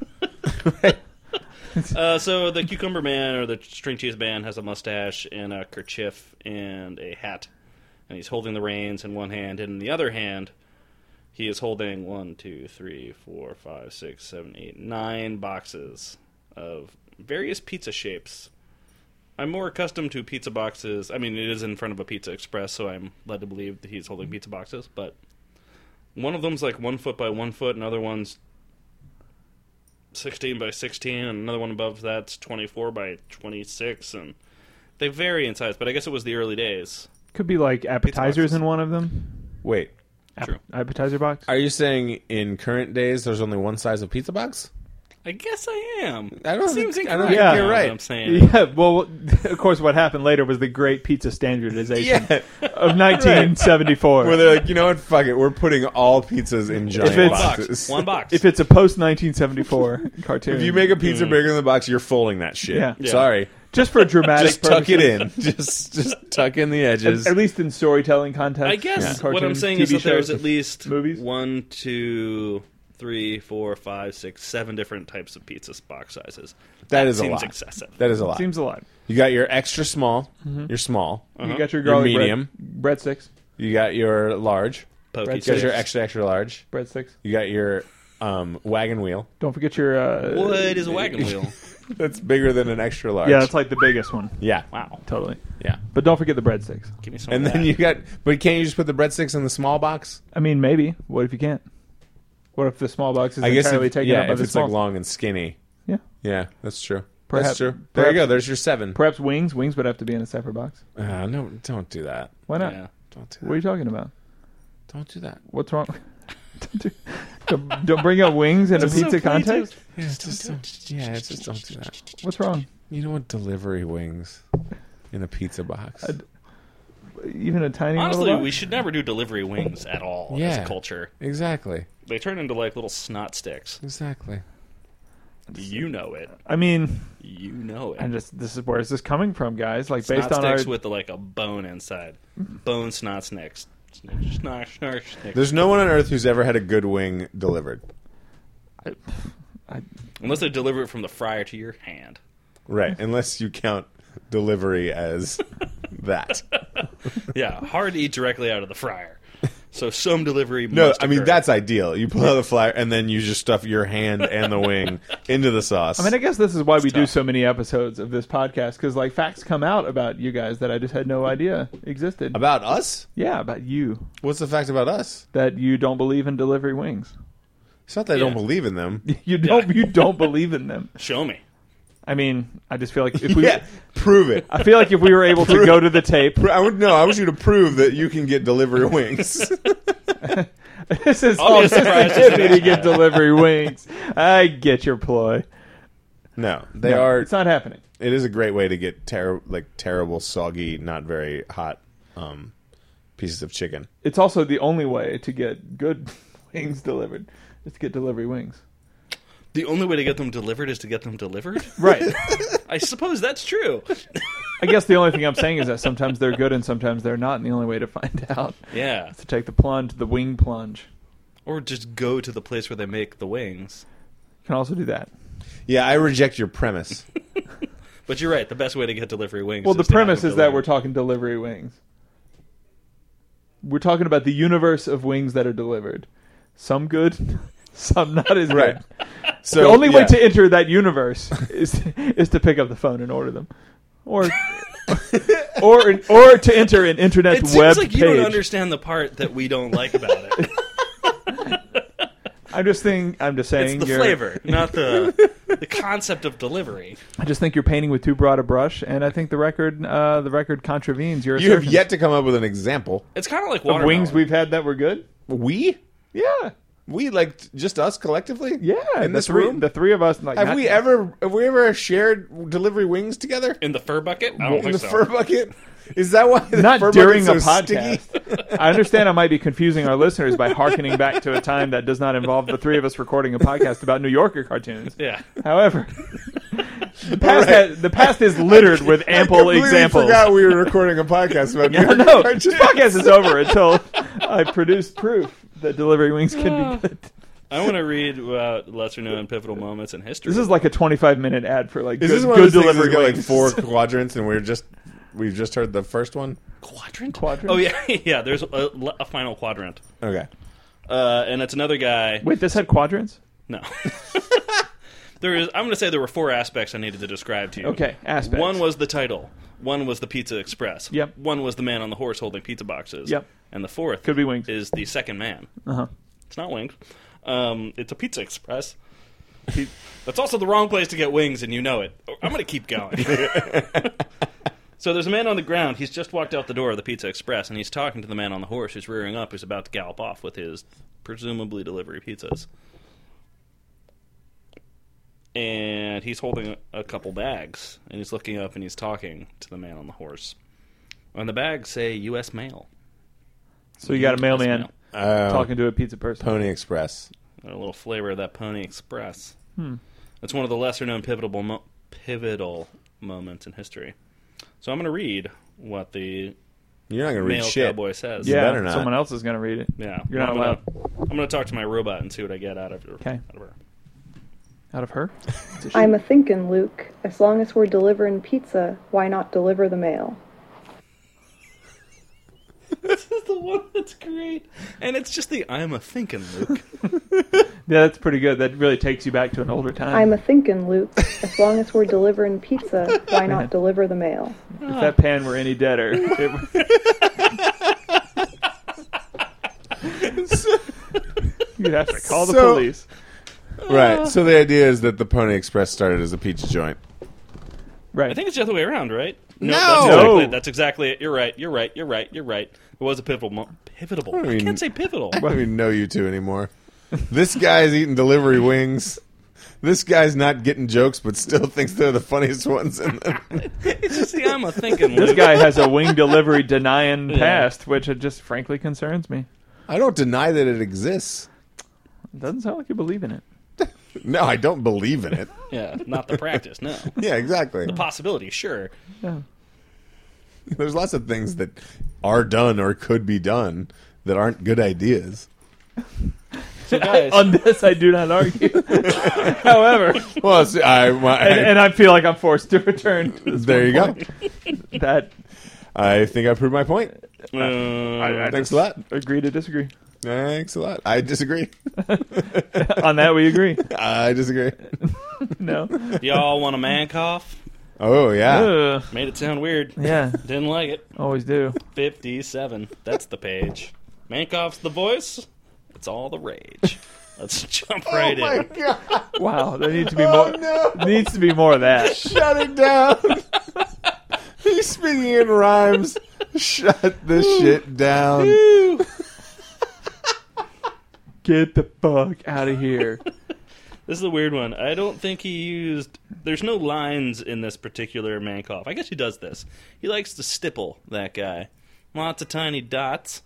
Speaker 1: Uh, so the cucumber man or the string cheese man has a mustache and a kerchief and a hat, and he's holding the reins in one hand, and in the other hand, he is holding one, two, three, four, five, six, seven, eight, nine boxes of various pizza shapes. I'm more accustomed to pizza boxes. I mean, it is in front of a Pizza Express, so I'm led to believe that he's holding pizza boxes. But one of them's like one foot by one foot, another one's 16 by 16 and another one above that's 24 by 26 and they vary in size but i guess it was the early days
Speaker 2: Could be like appetizers in one of them.
Speaker 3: Wait,
Speaker 2: App-
Speaker 1: True.
Speaker 2: Appetizer box.
Speaker 3: are you saying in current days there's only one size of pizza box?
Speaker 1: I guess I am.
Speaker 3: I don't
Speaker 1: Seems
Speaker 3: think- I
Speaker 1: incorrect
Speaker 3: don't
Speaker 2: think
Speaker 1: now
Speaker 2: you're
Speaker 1: that
Speaker 3: right.
Speaker 1: I'm saying.
Speaker 2: Yeah, well, of course, what happened later was the great pizza standardization of 1974.
Speaker 3: where they're like, you know what? Fuck it, we're putting all pizzas in giant
Speaker 2: it's-
Speaker 1: One box.
Speaker 3: boxes.
Speaker 1: One box.
Speaker 2: if it's a post 1974 cartoon,
Speaker 3: If you make a pizza bigger than the box, you're folding that shit.
Speaker 2: Yeah.
Speaker 1: Mm. Yeah.
Speaker 3: Sorry.
Speaker 2: just for dramatic,
Speaker 3: Just tuck it
Speaker 2: purposes.
Speaker 3: in. just just tuck in the
Speaker 2: At,
Speaker 3: edges.
Speaker 2: at least in storytelling context.
Speaker 1: I guess
Speaker 2: in
Speaker 1: what I'm
Speaker 2: cartoons,
Speaker 1: saying
Speaker 2: TV
Speaker 1: is that there's
Speaker 2: shows.
Speaker 1: at least
Speaker 2: movies.
Speaker 1: one, two, three, four, five, six, seven different types of pizza box sizes.
Speaker 3: That is a
Speaker 1: seems
Speaker 3: lot.
Speaker 1: excessive.
Speaker 3: That is a lot.
Speaker 2: seems Mm-hmm. a lot.
Speaker 3: You got your extra small. Your small.
Speaker 1: Uh-huh.
Speaker 2: You got your
Speaker 3: Your
Speaker 2: garlic
Speaker 3: medium.
Speaker 2: bread, breadsticks,
Speaker 3: You got your large.
Speaker 1: Pokey
Speaker 2: Red
Speaker 3: You got
Speaker 1: sticks.
Speaker 3: your extra extra large.
Speaker 2: breadsticks.
Speaker 3: You got your um, wagon wheel.
Speaker 2: Don't forget your uh,
Speaker 1: What is a wagon wheel?
Speaker 3: That's bigger than an extra large.
Speaker 2: Yeah, that's like the biggest one.
Speaker 3: yeah,
Speaker 1: Wow.
Speaker 2: Totally.
Speaker 3: yeah.
Speaker 2: But don't forget the breadsticks.
Speaker 1: Give me some.
Speaker 3: And
Speaker 1: of
Speaker 3: then
Speaker 1: that.
Speaker 3: you got, but can't you just put the breadsticks in the small box?
Speaker 2: I mean, maybe. What if you can't? What if the small box is
Speaker 3: I guess
Speaker 2: entirely
Speaker 3: if,
Speaker 2: taken
Speaker 3: yeah,
Speaker 2: up by
Speaker 3: if
Speaker 2: the
Speaker 3: it's
Speaker 2: small?
Speaker 3: like long and skinny.
Speaker 2: yeah.
Speaker 3: Yeah, that's true.
Speaker 2: Perhaps-
Speaker 3: that's true. there you
Speaker 2: perhaps-
Speaker 3: go. There's your seven.
Speaker 2: Perhaps wings. Wings would have to be in a separate box.
Speaker 3: Uh, no, don't do that.
Speaker 2: Why not?
Speaker 1: Yeah.
Speaker 3: Don't do
Speaker 2: What are
Speaker 3: that.
Speaker 2: you talking about?
Speaker 3: Don't do that.
Speaker 2: What's wrong? don't, don't bring up wings in a pizza context.
Speaker 3: Yeah, just, don't. Yeah, just don't do that.
Speaker 2: What's wrong?
Speaker 3: You don't want delivery wings in a pizza box.
Speaker 2: I- Even a tiny
Speaker 1: Honestly,
Speaker 2: little box?
Speaker 1: we should never do delivery wings at all in
Speaker 3: Yeah.
Speaker 1: this culture.
Speaker 3: exactly.
Speaker 1: They turn into like little snot sticks.
Speaker 3: Exactly.
Speaker 1: You know it.
Speaker 2: I mean,
Speaker 1: You know it.
Speaker 2: I just this is where is this coming from, guys? Like
Speaker 1: snot
Speaker 2: based on our
Speaker 1: sticks with like a bone inside. Bone snot snicks. Snark, snark, snick.
Speaker 3: There's no one on earth who's ever had a good wing delivered.
Speaker 1: Unless they deliver it from the fryer to your hand.
Speaker 3: Right, unless you count delivery as that.
Speaker 1: Yeah, hard to eat directly out of the fryer. So some delivery.
Speaker 3: No,
Speaker 1: must
Speaker 3: I mean
Speaker 1: occur.
Speaker 3: that's ideal. You pull out the flyer and then you just stuff your hand and the wing into the sauce.
Speaker 2: I mean, I guess this is why we do
Speaker 1: tough.
Speaker 2: so many episodes of this podcast because like facts come out about you guys that I just had no idea existed.
Speaker 3: about us?
Speaker 2: yeah, about you
Speaker 3: What's the fact about us?
Speaker 2: that you don't believe in delivery wings.
Speaker 3: It's not that I
Speaker 1: Yeah.
Speaker 3: don't believe in them.
Speaker 2: You don't. You don't believe in them.
Speaker 1: show me.
Speaker 2: I mean, I just feel like if we,
Speaker 3: yeah, prove it.
Speaker 2: I feel like if we were able to go to the tape,
Speaker 3: I would no. I want you to prove that you can get delivery wings.
Speaker 2: this is
Speaker 1: I'll
Speaker 2: all
Speaker 1: be surprised if
Speaker 2: sensitivity to
Speaker 1: it's-
Speaker 2: get delivery wings. I get your ploy.
Speaker 3: no, they
Speaker 2: No,
Speaker 3: are.
Speaker 2: It's not happening.
Speaker 3: it is a great way to get ter- like terrible, soggy, not very hot um, pieces of chicken.
Speaker 2: It's also the only way to get good wings delivered. Is to get delivery wings.
Speaker 1: The only way to get them delivered is to get them delivered.
Speaker 2: Right.
Speaker 1: I suppose that's true.
Speaker 2: I guess the only thing I'm saying is that sometimes they're good and sometimes they're not, and the only way to find out
Speaker 1: Yeah,
Speaker 2: is to take the plunge, the wing plunge.
Speaker 1: or just go to the place where they make the wings.
Speaker 2: You can also do that.
Speaker 3: Yeah, I reject your premise.
Speaker 1: But you're right. The best way to get delivery wings.
Speaker 2: Well, the
Speaker 1: is to have
Speaker 2: premise
Speaker 1: them
Speaker 2: is that we're
Speaker 1: delivered.
Speaker 2: talking delivery wings. We're talking about the universe of wings that are delivered. Some good, some not as
Speaker 3: Right.
Speaker 2: good.
Speaker 3: So
Speaker 2: the only way
Speaker 3: yeah.
Speaker 2: to enter that universe is is to pick up the phone and order them, or or or to enter an internet
Speaker 1: It
Speaker 2: web
Speaker 1: seems like
Speaker 2: page.
Speaker 1: you don't understand the part that we don't like about it.
Speaker 2: I'm just saying. I'm just saying.
Speaker 1: it's the
Speaker 2: you're-
Speaker 1: flavor, not the the concept of delivery.
Speaker 2: I just think you're painting with too broad a brush, and I think the record uh, the record contravenes your.
Speaker 3: you have
Speaker 2: assertions.
Speaker 3: yet to come up with an example.
Speaker 1: It's kind of like
Speaker 2: Of
Speaker 1: watermelon.
Speaker 2: wings we've had that were good.
Speaker 3: We
Speaker 2: Yeah,
Speaker 3: we like just us collectively.
Speaker 2: yeah.
Speaker 3: in
Speaker 2: the
Speaker 3: this
Speaker 2: three,
Speaker 3: room.
Speaker 2: the three of us. Like,
Speaker 3: have
Speaker 2: not-
Speaker 3: we ever have we ever shared delivery wings together?
Speaker 1: in the fur bucket. I don't
Speaker 3: in
Speaker 1: think
Speaker 3: the
Speaker 1: so.
Speaker 3: fur bucket? Is that why the
Speaker 2: Not
Speaker 3: fur
Speaker 2: during a
Speaker 3: bucket's so
Speaker 2: podcast.
Speaker 3: sticky?
Speaker 2: I understand I might be confusing our listeners by hearkening back to a time that does not involve the three of us recording a podcast about New Yorker cartoons.
Speaker 1: yeah,
Speaker 2: However, the past has, the past is littered with
Speaker 3: I
Speaker 2: ample
Speaker 3: completely
Speaker 2: examples.
Speaker 3: forgot we were recording a podcast about
Speaker 2: Yeah,
Speaker 3: New York
Speaker 2: no,
Speaker 3: cartoons.
Speaker 2: this podcast is over until I produce proof that delivery wings can be good.
Speaker 1: I want to read about lesser known pivotal moments in history.
Speaker 2: This is like a 25 minute ad for like
Speaker 3: Is
Speaker 2: good,
Speaker 3: this one
Speaker 2: good
Speaker 3: of those
Speaker 2: delivery
Speaker 3: things that got like
Speaker 2: wings.
Speaker 3: four quadrants and we're just we've just heard the first one?
Speaker 1: quadrant.
Speaker 2: Quadrant?
Speaker 1: Oh yeah, yeah. There's a, a final quadrant,
Speaker 3: Okay.
Speaker 1: uh, and it's another guy.
Speaker 2: Wait, this had quadrants?
Speaker 1: No. there is. I'm going to say there were four aspects I needed to describe to you.
Speaker 2: Okay, aspects.
Speaker 1: One was the title. One was the Pizza Express.
Speaker 2: Yep.
Speaker 1: One was the man on the horse holding pizza boxes.
Speaker 2: Yep.
Speaker 1: And the fourth
Speaker 2: Could be wings.
Speaker 1: is the second man.
Speaker 2: Uh huh.
Speaker 1: It's not wings. Um, it's a Pizza Express. Oh, That's also the wrong place to get wings, and you know it. I'm going to keep going. So there's a man on the ground. He's just walked out the door of the Pizza Express, and he's talking to the man on the horse who's rearing up, who's about to gallop off with his presumably delivery pizzas. And he's holding a- a couple bags, and he's looking up and he's talking to the man on the horse. On the bags say U.S. mail.
Speaker 2: So you got a
Speaker 1: US
Speaker 2: mailman
Speaker 1: mail.
Speaker 3: Oh,
Speaker 2: talking to a pizza person.
Speaker 3: Pony Express.
Speaker 1: Got a little flavor of that Pony Express. Hmm. It's one of the lesser known pivotal, mo- pivotal moments in history. So I'm going to read what the
Speaker 3: You're not gonna read
Speaker 1: male
Speaker 3: shit.
Speaker 1: cowboy says.
Speaker 3: You
Speaker 2: yeah,
Speaker 3: better not.
Speaker 2: someone else is going to read it.
Speaker 1: Yeah.
Speaker 2: You're not
Speaker 1: I'm
Speaker 2: allowed.
Speaker 1: Gonna, I'm going to talk to my robot and see what I get out of her.
Speaker 2: 'Kay.
Speaker 1: Out of her.
Speaker 2: Out of her?
Speaker 4: I'm a thinkin', Luke. As long as we're delivering pizza, why not deliver the mail?
Speaker 1: This is the one that's great. And it's just the I'm a thinking Luke.
Speaker 2: Yeah, that's pretty good. That really takes you back to an older time.
Speaker 4: I'm a thinkin', Luke. As long as we're delivering pizza, why not deliver the mail?
Speaker 2: if that pan were any deader, it would... you'd have to call the
Speaker 3: So-
Speaker 2: police. Ah.
Speaker 3: Right. So the idea is that the Pony Express started as a pizza joint.
Speaker 2: Right.
Speaker 1: I think it's the other way around, right?
Speaker 3: No!
Speaker 1: That's exactly,
Speaker 2: No.
Speaker 1: that's exactly it. You're right. You're right. You're right. You're right. It was a pivotal. Mo- pivotal. I,
Speaker 3: mean-
Speaker 1: can't say pivotal.
Speaker 3: I don't even know you two anymore. This guy's eating delivery wings. This guy's not getting jokes, but still thinks they're the funniest ones in them.
Speaker 1: it's just the I'm a thinking Luke.
Speaker 2: this guy has a wing delivery denying past, which it just frankly concerns me.
Speaker 3: I don't deny that it exists.
Speaker 2: It doesn't sound like you believe in it.
Speaker 3: No, I don't believe in it.
Speaker 1: Yeah, not the practice. No
Speaker 3: Yeah, exactly.
Speaker 1: possibility. Sure.
Speaker 2: Yeah.
Speaker 3: There's lots of things that are done or could be done that aren't good ideas.
Speaker 1: So guys,
Speaker 2: On this, I do not argue. However,
Speaker 3: Well, see, I, my,
Speaker 2: and, and I feel like I'm forced to return to this
Speaker 3: there you go.
Speaker 2: that.
Speaker 3: I think I proved my point.
Speaker 1: uh, I,
Speaker 3: Thanks a lot.
Speaker 2: Agree to disagree.
Speaker 3: Thanks a lot. I disagree.
Speaker 2: On that, we agree.
Speaker 3: I disagree.
Speaker 2: No.
Speaker 1: y'all want a man cough?
Speaker 3: Oh yeah.
Speaker 2: Ugh.
Speaker 1: Made it sound weird.
Speaker 2: yeah,
Speaker 1: Didn't like it.
Speaker 2: always do.
Speaker 1: 57. That's the page. Mankoff's the voice. It's all the rage. Let's jump right
Speaker 3: oh my
Speaker 1: in.
Speaker 3: god. Oh,
Speaker 2: Wow, there needs to be more.
Speaker 3: No.
Speaker 2: Needs to be more of that.
Speaker 3: Shut it down. He's speaking in rhymes. Shut this shit down.
Speaker 2: Get the fuck out of here.
Speaker 1: This is a weird one. I don't think he used. There's no lines in this particular Mankoff. I guess he does this. He likes to stipple that guy. Lots of tiny dots,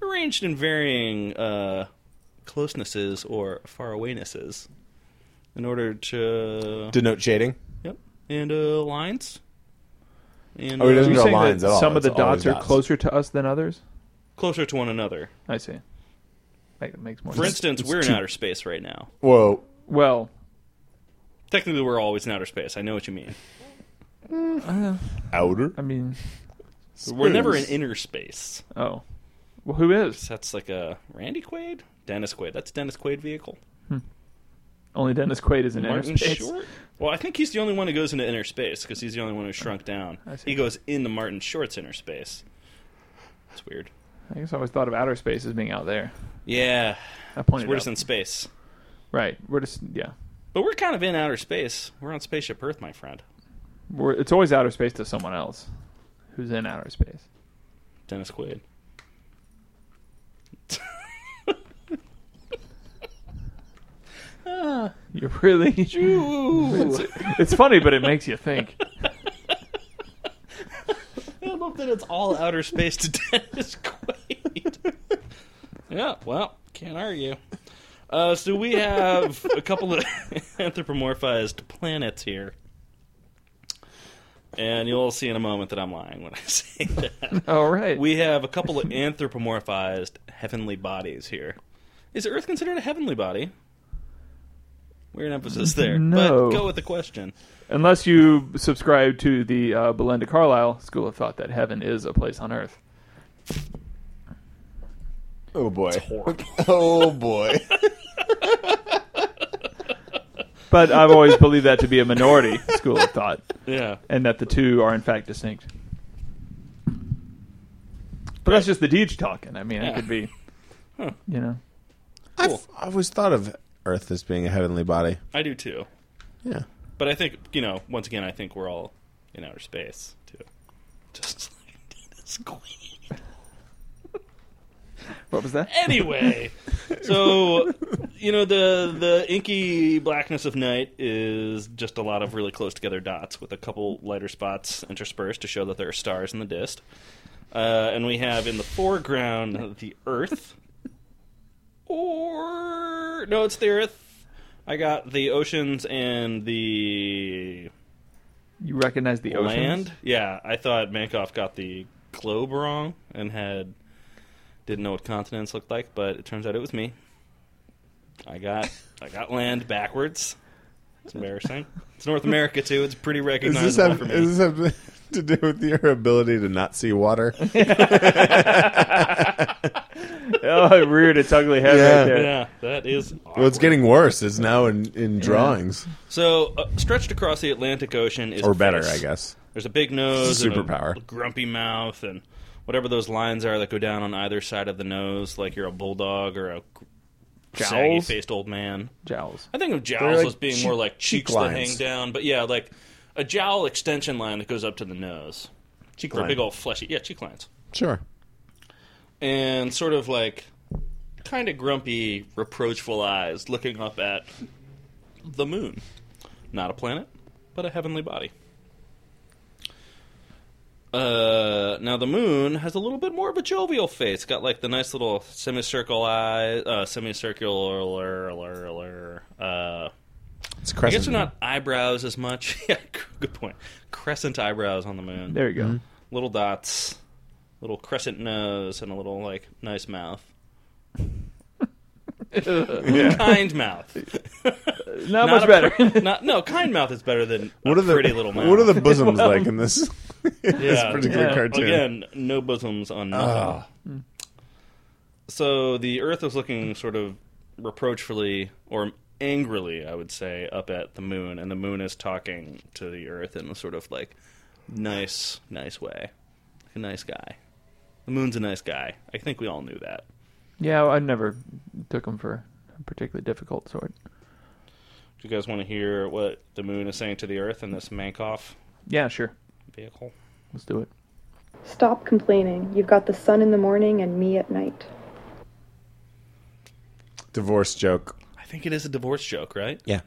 Speaker 1: arranged in varying uh, closenesses or farawaynesses, in order to
Speaker 3: Denote shading.
Speaker 1: yep and uh, lines. And
Speaker 3: Oh, he doesn't
Speaker 1: uh,
Speaker 2: Are you
Speaker 3: No
Speaker 2: saying
Speaker 3: lines
Speaker 2: that
Speaker 3: at all,
Speaker 2: some of the
Speaker 3: it's always
Speaker 2: dots are
Speaker 3: dots.
Speaker 2: closer to us than others?
Speaker 1: uh, closer to one another.
Speaker 2: I see. Make- It makes more
Speaker 1: For
Speaker 2: sense.
Speaker 1: instance, we're in outer space right now.
Speaker 3: Whoa.
Speaker 2: Well,
Speaker 1: Technically, we're always in outer space. I know what you mean.
Speaker 3: Outer.
Speaker 2: I mean,
Speaker 1: We're never in inner space.
Speaker 2: oh, well, who is?
Speaker 1: That's like a Randy Quaid, Dennis Quaid. That's Dennis Quaid vehicle.
Speaker 2: Hmm. Only Dennis Quaid is in inner
Speaker 1: Martin
Speaker 2: space.
Speaker 1: Short. Well, I think he's the only one who goes into inner space because he's the only one who shrunk down.
Speaker 2: Oh, I see.
Speaker 1: He goes into Martin Short's inner space. That's weird.
Speaker 2: I guess I always thought of outer space as being out there.
Speaker 1: Yeah,
Speaker 2: I
Speaker 1: 'cause
Speaker 2: pointed
Speaker 1: we're
Speaker 2: out.
Speaker 1: just in space,
Speaker 2: right. We're just yeah.
Speaker 1: but we're kind of in outer space. We're on spaceship Earth, my friend.
Speaker 2: We're, it's always outer space to someone else who's in outer space.
Speaker 1: Dennis Quaid. Ah.
Speaker 2: You're really. it's, it's funny, but it makes you think.
Speaker 1: I love that it's all outer space to Dennis Quaid. yeah, well, can't argue. Uh, so we have a couple of anthropomorphized planets here. And you'll see in a moment that I'm lying when I say that.
Speaker 2: All right.
Speaker 1: We have a couple of anthropomorphized heavenly bodies here. Is Earth considered a heavenly body? Weird emphasis there.
Speaker 2: No.
Speaker 1: But go with the question.
Speaker 2: Unless you subscribe to the uh, Belinda Carlisle school of thought that heaven is a place on earth.
Speaker 3: Oh boy.
Speaker 1: horrible.
Speaker 3: Oh boy.
Speaker 2: But I've always believed that to be a minority school of thought,
Speaker 1: Yeah.
Speaker 2: and that the two are in fact distinct. But that's just the Deej talking. I mean,
Speaker 1: Yeah.
Speaker 2: it could be,
Speaker 1: Huh.
Speaker 2: you know,
Speaker 3: I've, I've always thought of Earth as being a heavenly body.
Speaker 1: I do too.
Speaker 3: Yeah.
Speaker 1: But I think you know. Once again, I think we're all in outer space too. just like Dina's queen.
Speaker 5: What was that?
Speaker 1: Anyway, so you know the the inky blackness of night is just a lot of really close together dots with a couple lighter spots interspersed to show that there are stars in the dist. Uh, and we have in the foreground the Earth, or no, it's the Earth. I got the oceans and the
Speaker 5: You recognize the oceans?
Speaker 1: land. Yeah, I thought Mankoff got the globe wrong and had didn't know what continents looked like, but it turns out it was me. I got I got land backwards. It's embarrassing. It's North America too. It's pretty
Speaker 3: Is
Speaker 1: recognizable
Speaker 3: this, have,
Speaker 1: for me.
Speaker 3: is this have to do with your ability to not see water?
Speaker 5: oh, it reared its ugly head
Speaker 3: Yeah.
Speaker 5: right there.
Speaker 1: yeah, that is. Awkward.
Speaker 3: well, it's getting worse. It's now in, in drawings.
Speaker 1: so uh, stretched across the Atlantic Ocean is
Speaker 3: Or
Speaker 1: a
Speaker 3: better,
Speaker 1: face.
Speaker 3: I guess.
Speaker 1: There's a big nose, and a
Speaker 3: Superpower.
Speaker 1: grumpy mouth, and whatever those lines are that go down on either side of the nose, like you're a bulldog or a
Speaker 5: Jowls?
Speaker 1: saggy-faced old man.
Speaker 5: Jowls.
Speaker 1: I think of
Speaker 3: They're
Speaker 1: jowls
Speaker 3: like
Speaker 1: as being
Speaker 3: cheek-
Speaker 1: more like
Speaker 3: cheek
Speaker 1: cheeks that hang
Speaker 3: lines.
Speaker 1: down, but yeah, like a jowl extension line that goes up to the nose. Cheek
Speaker 3: line.
Speaker 1: big old fleshy, yeah, cheek lines,
Speaker 3: Sure.
Speaker 1: and sort of like kind of grumpy, reproachful eyes looking up at the moon. Not a planet, but a heavenly body. Uh, now the moon has a little bit more of a jovial face. Got like the nice little semicircle eye, uh, semicircular, uh,
Speaker 3: It's
Speaker 1: I
Speaker 3: crescent.
Speaker 1: guess they're not eyebrows as much. yeah, good point. Crescent eyebrows on the moon.
Speaker 5: There you go.
Speaker 1: Little dots, little crescent nose, and a little like nice mouth. Mm-hmm. Kind mouth.
Speaker 5: Not,
Speaker 1: Not
Speaker 5: much
Speaker 1: a
Speaker 5: better.
Speaker 1: pr- not, no, kind mouth is better than
Speaker 3: What
Speaker 1: a
Speaker 3: are the
Speaker 1: pretty little mouth.
Speaker 3: What are the bosoms like in this, in this
Speaker 1: Yeah,
Speaker 3: particular
Speaker 5: yeah.
Speaker 3: cartoon?
Speaker 1: Again, no bosoms on nothing.
Speaker 3: Ugh.
Speaker 1: So the Earth is looking sort of reproachfully or angrily, I would say, up at the moon, and the moon is talking to the Earth in a sort of like nice, nice way, like a nice guy. The moon's a nice guy. I think we all knew that.
Speaker 5: yeah, I never took them for a particularly difficult sort.
Speaker 1: Do you guys want to hear what the moon is saying to the Earth in this Mankoff
Speaker 5: Yeah, sure.
Speaker 1: vehicle?
Speaker 5: Let's do it.
Speaker 4: Stop complaining. You've got the sun in the morning and me at night.
Speaker 3: Divorce joke.
Speaker 1: I think it is a divorce joke, right?
Speaker 3: Yeah.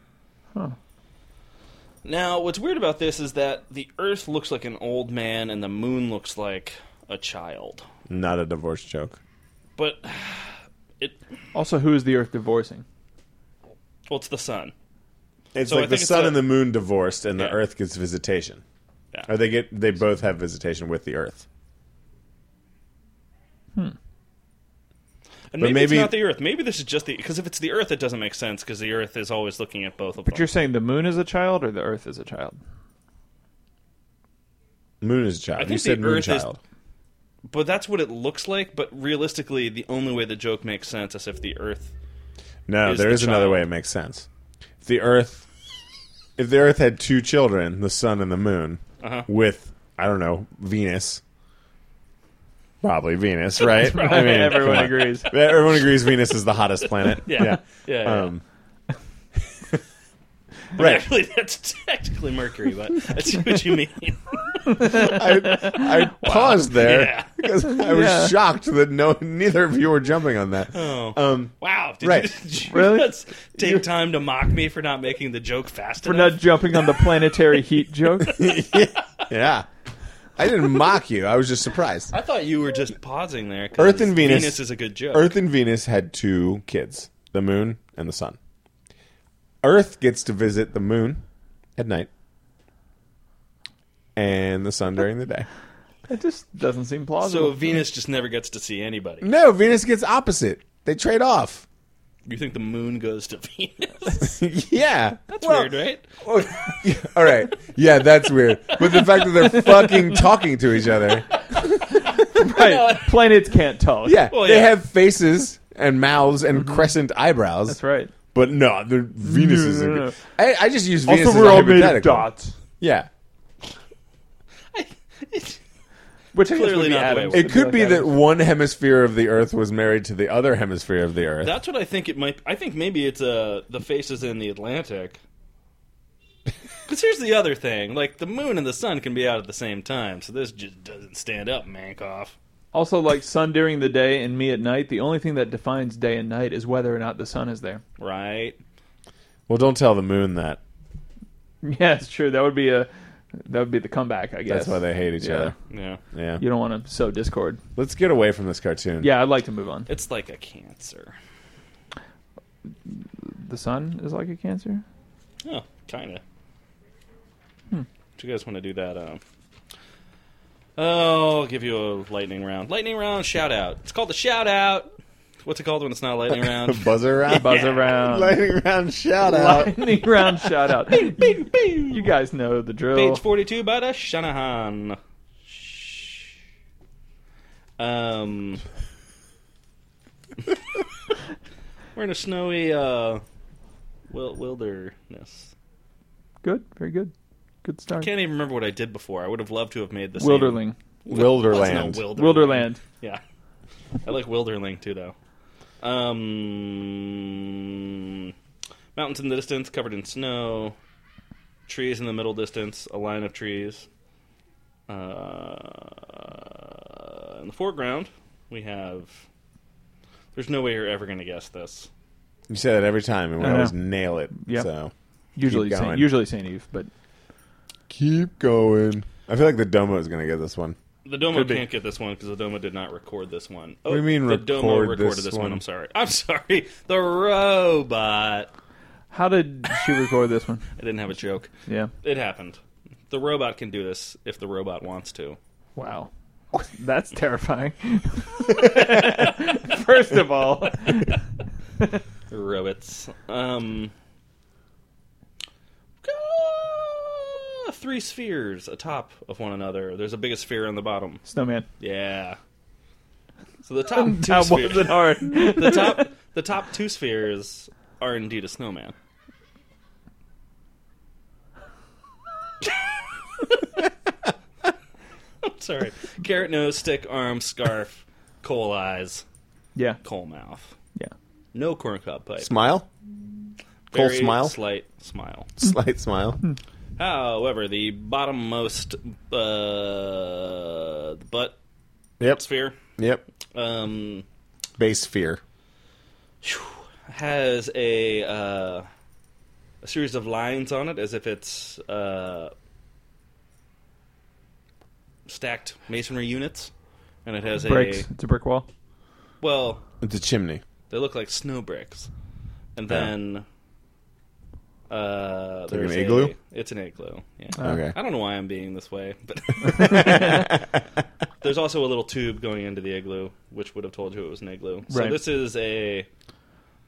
Speaker 1: Now, what's weird about this is that the Earth looks like an old man and the moon looks like a child.
Speaker 3: Not a divorce joke.
Speaker 1: But it
Speaker 5: Also, who is the Earth divorcing?
Speaker 1: well, it's the sun.
Speaker 3: It's
Speaker 1: So I
Speaker 3: like the
Speaker 1: think it's
Speaker 3: sun
Speaker 1: a-
Speaker 3: and the moon divorced, and
Speaker 1: Yeah.
Speaker 3: the Earth gets visitation.
Speaker 1: Yeah.
Speaker 3: Or they get they both have visitation with the Earth.
Speaker 1: And
Speaker 3: But
Speaker 1: maybe, it's
Speaker 3: maybe-
Speaker 1: not the Earth. Maybe this is just the because if it's the Earth, it doesn't make sense because the Earth is always looking at both of
Speaker 5: But
Speaker 1: them.
Speaker 5: you're saying the moon is a child or the Earth is a child?
Speaker 3: Moon is a child.
Speaker 1: I think
Speaker 3: You said
Speaker 1: the
Speaker 3: moon
Speaker 1: Earth is-
Speaker 3: child.
Speaker 1: But that's what it looks like. But realistically, the only way the joke makes sense is if the Earth.
Speaker 3: No,
Speaker 1: is
Speaker 3: there
Speaker 1: the
Speaker 3: is another
Speaker 1: child.
Speaker 3: way it makes sense. If the Earth, if the Earth had two children, the sun and the moon,
Speaker 1: Uh-huh.
Speaker 3: with I don't know Venus, probably Venus, right? I mean,
Speaker 5: Everyone
Speaker 3: come on.
Speaker 5: agrees.
Speaker 3: Everyone agrees Venus is the hottest planet.
Speaker 1: Yeah, yeah, yeah.
Speaker 3: Um, right.
Speaker 1: Actually, that's technically Mercury, but I see what you mean.
Speaker 3: I, I paused there
Speaker 1: Yeah.
Speaker 3: because I was
Speaker 5: Yeah.
Speaker 3: shocked that no, neither of you were jumping on that.
Speaker 1: Oh.
Speaker 3: Um,
Speaker 1: Wow! Did
Speaker 3: Right.
Speaker 1: you, did you
Speaker 5: Really?
Speaker 1: just take time to mock me for not making the joke fast
Speaker 5: We're
Speaker 1: enough?
Speaker 5: not jumping on the planetary heat joke.
Speaker 3: yeah, I didn't mock you. I was just surprised.
Speaker 1: I thought you were just pausing there. 'cause
Speaker 3: Earth and Venus-
Speaker 1: Venus is a good joke.
Speaker 3: Earth and Venus had two kids: the moon and the sun. Earth gets to visit the moon at night, and the sun during the day.
Speaker 5: It just doesn't seem
Speaker 1: so
Speaker 5: plausible.
Speaker 1: Venus just never gets to see anybody.
Speaker 3: No, Venus gets opposite. They trade off. Mm-hmm.
Speaker 1: You think the moon goes to Venus?
Speaker 3: yeah,
Speaker 1: That's weird, right?
Speaker 3: Well, yeah, all right. Yeah, that's weird. But the fact that they're fucking talking to each other.
Speaker 5: right. Planets can't talk.
Speaker 3: Yeah,
Speaker 1: Well,
Speaker 3: they
Speaker 1: yeah.
Speaker 3: have faces and mouths and crescent eyebrows.
Speaker 5: Mm-hmm. That's right.
Speaker 3: But no, the Venus
Speaker 5: No,
Speaker 3: is.
Speaker 5: no,
Speaker 3: a-
Speaker 5: no.
Speaker 3: I, I just use Venus
Speaker 5: Also,
Speaker 3: as
Speaker 5: we're
Speaker 3: a
Speaker 5: all made of
Speaker 3: hypothetical.
Speaker 5: dots.
Speaker 3: Yeah.
Speaker 5: Which I guess
Speaker 1: Clearly
Speaker 5: would be
Speaker 1: not the way
Speaker 5: atoms.
Speaker 1: it
Speaker 3: It
Speaker 5: It'd be
Speaker 3: could
Speaker 5: like
Speaker 3: be that
Speaker 5: atoms.
Speaker 3: one hemisphere of the Earth was married to the other hemisphere of the Earth.
Speaker 1: That's what I think it might. I think maybe it's uh, the faces in the Atlantic Because here's the other thing: like the moon and the sun can be out at the same time, so this just doesn't stand up, Mankoff.
Speaker 2: Also, like sun during the day and me at night, the only thing that defines day and night is whether or not the sun is there.
Speaker 1: Right?
Speaker 3: Well, don't tell the moon that.
Speaker 2: Yeah, it's true. That would be a that would be the comeback, I guess.
Speaker 3: That's why they hate each
Speaker 2: Yeah.
Speaker 3: other.
Speaker 1: Yeah.
Speaker 3: Yeah.
Speaker 2: you don't want to sow discord.
Speaker 3: Let's get away from this cartoon.
Speaker 2: Yeah, I'd like to move on.
Speaker 1: It's like a cancer.
Speaker 2: The sun is like a cancer.
Speaker 1: Oh, kinda.
Speaker 2: Hmm.
Speaker 1: Do you guys want to do that? Um. Oh, I'll give you a lightning round. Lightning round shout out. It's called the shout out. What's it called when it's not a lightning round?
Speaker 3: Buzzer round.
Speaker 2: Buzz around.
Speaker 3: Lightning round shout out.
Speaker 2: Lightning round shout out. You guys know the drill.
Speaker 1: Page 42 by the Shanahan. Shh. Um, we're in a snowy uh, wil- wilderness.
Speaker 2: Good, very good. Good
Speaker 1: I
Speaker 2: start.
Speaker 1: can't even remember what I did before. I would have loved to have made this.
Speaker 2: Wilderling.
Speaker 3: Wilderland.
Speaker 2: Wilderland.
Speaker 1: Yeah. I like Wilderling too, though. Um, mountains in the distance, covered in snow. Trees in the middle distance, a line of trees. Uh, in the foreground, we have. There's no way you're ever going to guess this.
Speaker 3: You say that every time, and we
Speaker 2: I know.
Speaker 3: always nail it.
Speaker 2: Yeah.
Speaker 3: So
Speaker 2: Usually,
Speaker 3: Keep going.
Speaker 2: Saint, usually Saint Eve, but
Speaker 3: keep going. I feel like the Domo is going to get this one.
Speaker 1: The Domo
Speaker 2: Could be.
Speaker 1: can't get this one because the Domo did not record this one. Oh,
Speaker 3: do you mean
Speaker 1: the Domo
Speaker 3: record
Speaker 1: recorded
Speaker 3: this
Speaker 1: this, one.
Speaker 3: one?
Speaker 1: I'm sorry. I'm sorry. The robot.
Speaker 2: how did she record this one?
Speaker 1: I didn't have a joke.
Speaker 2: Yeah.
Speaker 1: It happened. The robot can do this if the robot wants to.
Speaker 2: Wow. That's terrifying. First of all,
Speaker 1: Robots. Um. ah, Three spheres atop of one another. There's a biggest sphere on the bottom.
Speaker 2: snowman.
Speaker 1: Yeah. So the top two
Speaker 2: That
Speaker 1: spheres,
Speaker 2: wasn't hard.
Speaker 1: the top the top two spheres are indeed a snowman. I'm sorry. Carrot nose, stick arm, scarf, coal eyes.
Speaker 2: Yeah.
Speaker 1: coal mouth.
Speaker 2: Yeah.
Speaker 1: No corncob pipe.
Speaker 3: Smile, coal
Speaker 1: Very
Speaker 3: smile?
Speaker 1: Slight smile.
Speaker 3: slight smile.
Speaker 1: However, the bottommost uh, butt
Speaker 3: Yep,
Speaker 1: sphere
Speaker 3: yep.
Speaker 1: um,
Speaker 3: Base fear.
Speaker 1: has a uh, a series of lines on it, as if it's uh, stacked masonry units, and it has
Speaker 2: Bricks.
Speaker 1: a
Speaker 2: It's a brick wall.
Speaker 1: well.
Speaker 3: It's a chimney.
Speaker 1: They look like snow bricks. And then uh
Speaker 3: They're an
Speaker 1: there's
Speaker 3: igloo? Oh,
Speaker 1: a- it's an igloo. Yeah.
Speaker 2: Uh,
Speaker 3: Okay.
Speaker 1: I don't know why I'm being this way, but there's also a little tube going into the igloo, which would have told you it was an igloo. So
Speaker 2: Right.
Speaker 1: this is a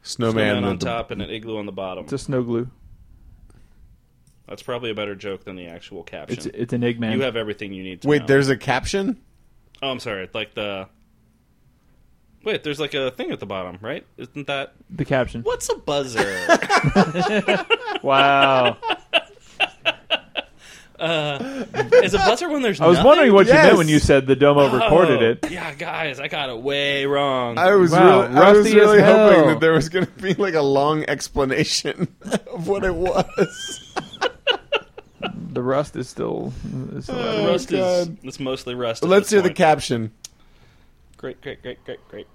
Speaker 3: Snowman,
Speaker 1: snowman on
Speaker 3: with the-
Speaker 1: top and an igloo on the bottom.
Speaker 2: It's a snow glue.
Speaker 1: That's probably a better joke than the actual caption.
Speaker 2: It's it's an egg man.
Speaker 1: you have everything you need to
Speaker 3: Wait,
Speaker 1: know.
Speaker 3: there's a caption.
Speaker 1: Oh, I'm sorry. Like the Wait, there's like a thing at the bottom, right? Isn't that
Speaker 2: the caption.
Speaker 1: What's a buzzer?
Speaker 2: Wow.
Speaker 1: is a buzzer when there's
Speaker 2: I was
Speaker 1: nothing?
Speaker 2: wondering what you
Speaker 3: Yes.
Speaker 2: meant when you said the Domo recorded
Speaker 1: Oh,
Speaker 2: it.
Speaker 1: Yeah, guys, I got it way wrong.
Speaker 3: I was
Speaker 2: Wow,
Speaker 3: really, I was
Speaker 2: rusty as
Speaker 3: really hoping
Speaker 2: hell.
Speaker 3: that there was going to be like a long explanation of what it was.
Speaker 2: The rust is still. Is still
Speaker 1: The
Speaker 2: out.
Speaker 1: rust is
Speaker 3: God.
Speaker 1: it's mostly rust. at
Speaker 3: Let's
Speaker 1: this
Speaker 3: hear the
Speaker 1: point.
Speaker 3: caption.
Speaker 1: Great, great, great, great, great.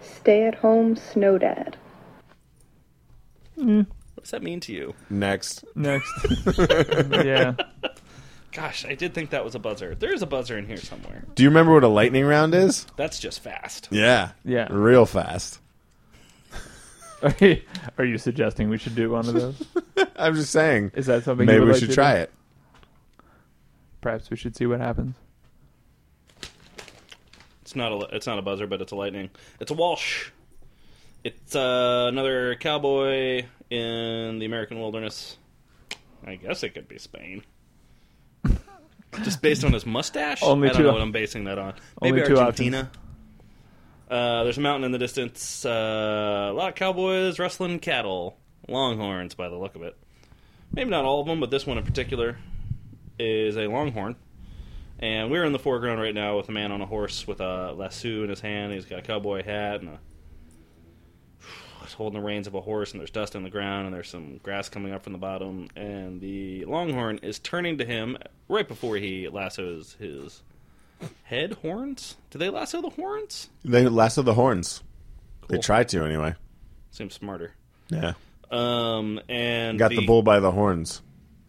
Speaker 4: Stay at home, snow dad.
Speaker 1: What does that mean to you?
Speaker 3: Next,
Speaker 2: Next. yeah.
Speaker 1: Gosh, I did think that was a buzzer. There is a buzzer in here somewhere.
Speaker 3: do you remember what a lightning round is?
Speaker 1: That's just fast.
Speaker 3: Yeah,
Speaker 2: Yeah.
Speaker 3: real fast.
Speaker 2: Are you, are you suggesting we should do one of those?
Speaker 3: I'm just saying.
Speaker 2: Is that something?
Speaker 3: Maybe
Speaker 2: you would
Speaker 3: we
Speaker 2: like
Speaker 3: should
Speaker 2: to
Speaker 3: try
Speaker 2: do?
Speaker 3: it.
Speaker 2: Perhaps we should see what happens.
Speaker 1: It's not a it's not a buzzer, but it's a lightning. It's a Walsh. It's uh, another cowboy in the American wilderness. I guess it could be Spain. Just based on his mustache,
Speaker 2: Only
Speaker 1: I don't
Speaker 2: two
Speaker 1: know
Speaker 2: op-
Speaker 1: what I'm basing that on.
Speaker 2: Only
Speaker 1: Maybe
Speaker 2: two
Speaker 1: Argentina. Uh, there's a mountain in the distance. Uh, a lot of cowboys rustling cattle, longhorns by the look of it. Maybe not all of them, but this one in particular is a longhorn. And we're in the foreground right now with a man on a horse with a lasso in his hand. He's got a cowboy hat and a holding the reins of a horse, and there's dust on the ground, and there's some grass coming up from the bottom, and the longhorn is turning to him right before he lassos his head horns. Do they lasso the horns?
Speaker 3: They lasso the horns. They
Speaker 1: Cool.
Speaker 3: try to anyway.
Speaker 1: Seems smarter.
Speaker 3: Yeah,
Speaker 1: Um, and
Speaker 3: got the, bull by the horns.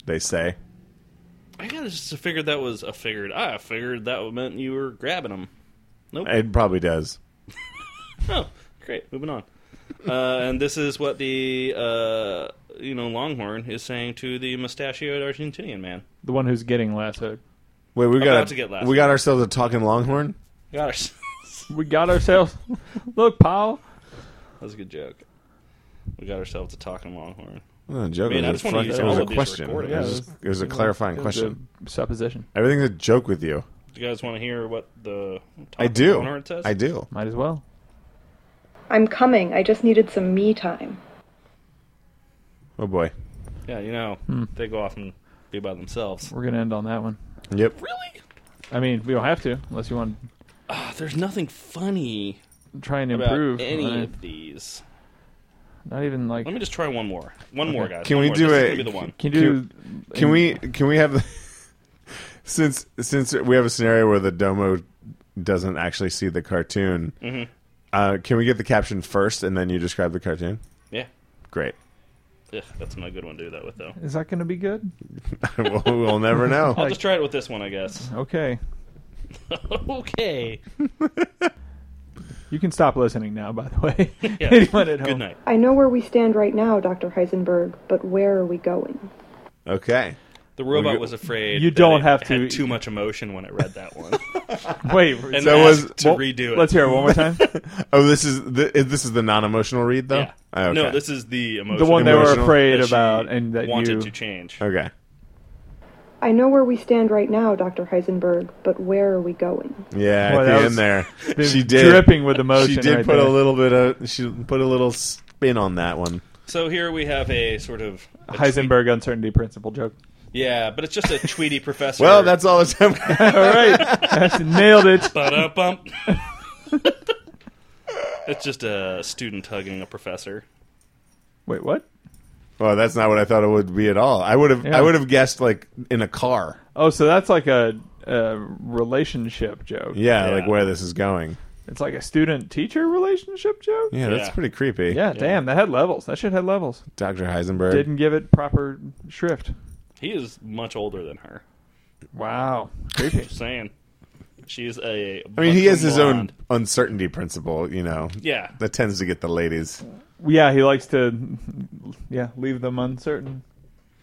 Speaker 3: They say.
Speaker 1: I got just figured that was a figured. I figured that meant you were grabbing him. Nope.
Speaker 3: It probably does.
Speaker 1: Oh, great. Moving on. Uh, and this is what the uh, you know Longhorn is saying to the mustachioed Argentinian man.
Speaker 2: The one who's getting lassoed.
Speaker 3: Wait, we got
Speaker 1: to get lassoed.
Speaker 3: we got ourselves a talking longhorn.
Speaker 1: Got ourselves.
Speaker 2: We got ourselves. Look, pal.
Speaker 1: That was a good joke. We got ourselves a talking Longhorn.
Speaker 3: Oh, joke.
Speaker 1: Man, I
Speaker 3: it was,
Speaker 1: just wanna
Speaker 3: fun-
Speaker 1: use
Speaker 3: it
Speaker 1: all
Speaker 3: was a
Speaker 1: of these
Speaker 3: question.
Speaker 1: recordings.
Speaker 3: It was, it was a clarifying question.
Speaker 2: supposition.
Speaker 3: Everything's a joke with you.
Speaker 1: Do you guys want to hear what the talking
Speaker 3: I do.
Speaker 1: Longhorn says?
Speaker 3: I do.
Speaker 2: Might as well.
Speaker 4: I'm coming. I just needed some me time.
Speaker 3: Oh boy.
Speaker 1: Yeah, you know
Speaker 3: Hmm.
Speaker 1: they go off and be by themselves.
Speaker 2: We're gonna end on that one.
Speaker 3: Yep.
Speaker 1: Really?
Speaker 2: I mean, we don't have to unless you want
Speaker 1: Ah, there's nothing funny
Speaker 2: to try and
Speaker 1: about
Speaker 2: improve.
Speaker 1: any
Speaker 2: on it.
Speaker 1: of these.
Speaker 2: Not even like.
Speaker 1: Let me just try one more. One more, guys.
Speaker 3: Can
Speaker 1: One
Speaker 3: we
Speaker 1: more.
Speaker 3: do
Speaker 1: This is
Speaker 3: a-
Speaker 1: gonna be the one?
Speaker 2: Can you do?
Speaker 3: Can we can we have since since we have a scenario where the domo doesn't actually see the cartoon?
Speaker 1: Mm-hmm.
Speaker 3: Uh, can we get the caption first and then you describe the cartoon?
Speaker 1: Yeah.
Speaker 3: Great.
Speaker 1: Ugh, that's not a good one to do that with though.
Speaker 2: Is that gonna be good?
Speaker 3: we'll, we'll never know.
Speaker 1: I'll just try it with this one, I guess.
Speaker 2: Okay.
Speaker 1: okay.
Speaker 2: You can stop listening now. By the way,
Speaker 1: Yeah.
Speaker 2: anyone at home?
Speaker 1: Good night.
Speaker 4: I know where we stand right now, Dr. Heisenberg, but where are we going?
Speaker 3: Okay.
Speaker 1: The robot
Speaker 3: you-
Speaker 1: was afraid.
Speaker 2: you
Speaker 1: that
Speaker 2: don't
Speaker 1: it
Speaker 2: have to-
Speaker 1: Had too much emotion when it read that one,
Speaker 2: Wait.
Speaker 1: and
Speaker 3: That
Speaker 1: asked
Speaker 3: was-
Speaker 1: to
Speaker 2: well,
Speaker 1: redo it.
Speaker 2: Let's hear it one more time.
Speaker 3: Oh, this is the, this is the non-emotional read though.
Speaker 1: Yeah.
Speaker 3: Oh, okay.
Speaker 1: No, this is the
Speaker 2: the
Speaker 1: emotional.
Speaker 2: one they were
Speaker 3: Emotional.
Speaker 2: afraid
Speaker 1: that she
Speaker 2: about and that
Speaker 1: wanted
Speaker 2: you
Speaker 1: to change.
Speaker 3: okay.
Speaker 4: I know where we stand right now, Dr. Heisenberg, but where are we going?
Speaker 3: Yeah,
Speaker 2: Boy,
Speaker 3: at
Speaker 2: that
Speaker 3: the
Speaker 2: was-
Speaker 3: end there,
Speaker 2: been
Speaker 3: she did.
Speaker 2: dripping with emotion.
Speaker 3: she did
Speaker 2: right
Speaker 3: put
Speaker 2: there.
Speaker 3: a little bit of she put a little spin on that one.
Speaker 1: So here we have a sort of a
Speaker 2: Heisenberg uncertainty principle joke.
Speaker 1: Tweet, yeah, but it's just a Tweety professor.
Speaker 3: Well, that's all the time.
Speaker 2: All right, that's nailed it.
Speaker 1: Ba-da-bump. it's just a student hugging a professor.
Speaker 2: Wait, what?
Speaker 3: well, that's not what I thought it would be at all. I would have
Speaker 2: Yeah.
Speaker 3: I would have guessed like in a car.
Speaker 2: Oh, so that's like a, a relationship joke.
Speaker 3: Yeah,
Speaker 1: Yeah.
Speaker 3: like where this is going.
Speaker 2: It's like a student teacher relationship joke.
Speaker 3: Yeah, that's
Speaker 1: Yeah.
Speaker 3: pretty creepy.
Speaker 2: Yeah, damn, that had levels. That shit had levels.
Speaker 3: Dr. Heisenberg.
Speaker 2: Didn't give it proper shrift.
Speaker 1: He is much older than her.
Speaker 2: Wow, creepy.
Speaker 1: Just saying, she's a.
Speaker 3: I mean, he has his own uncertainty principle, you know.
Speaker 1: Yeah.
Speaker 3: That tends to get the ladies.
Speaker 2: yeah, he likes to, yeah, leave them uncertain.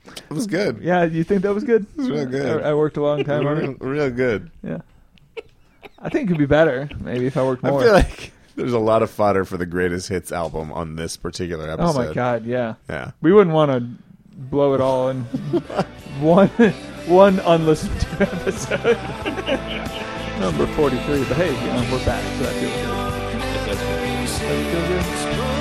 Speaker 3: It was good.
Speaker 2: Yeah, you think that was good?
Speaker 3: real good.
Speaker 2: I, I worked a long time on
Speaker 3: Real,
Speaker 2: it.
Speaker 3: real good.
Speaker 2: Yeah, I think it could be better. Maybe if I worked
Speaker 3: I
Speaker 2: more.
Speaker 3: feel like there's a lot of fodder for the greatest hits album on this particular
Speaker 2: oh
Speaker 3: episode.
Speaker 2: my god, yeah.
Speaker 3: Yeah.
Speaker 2: We wouldn't want to blow it all in one one unlistened to episode. Number forty three. But hey, you know, we're back, so that feels good. That feels good.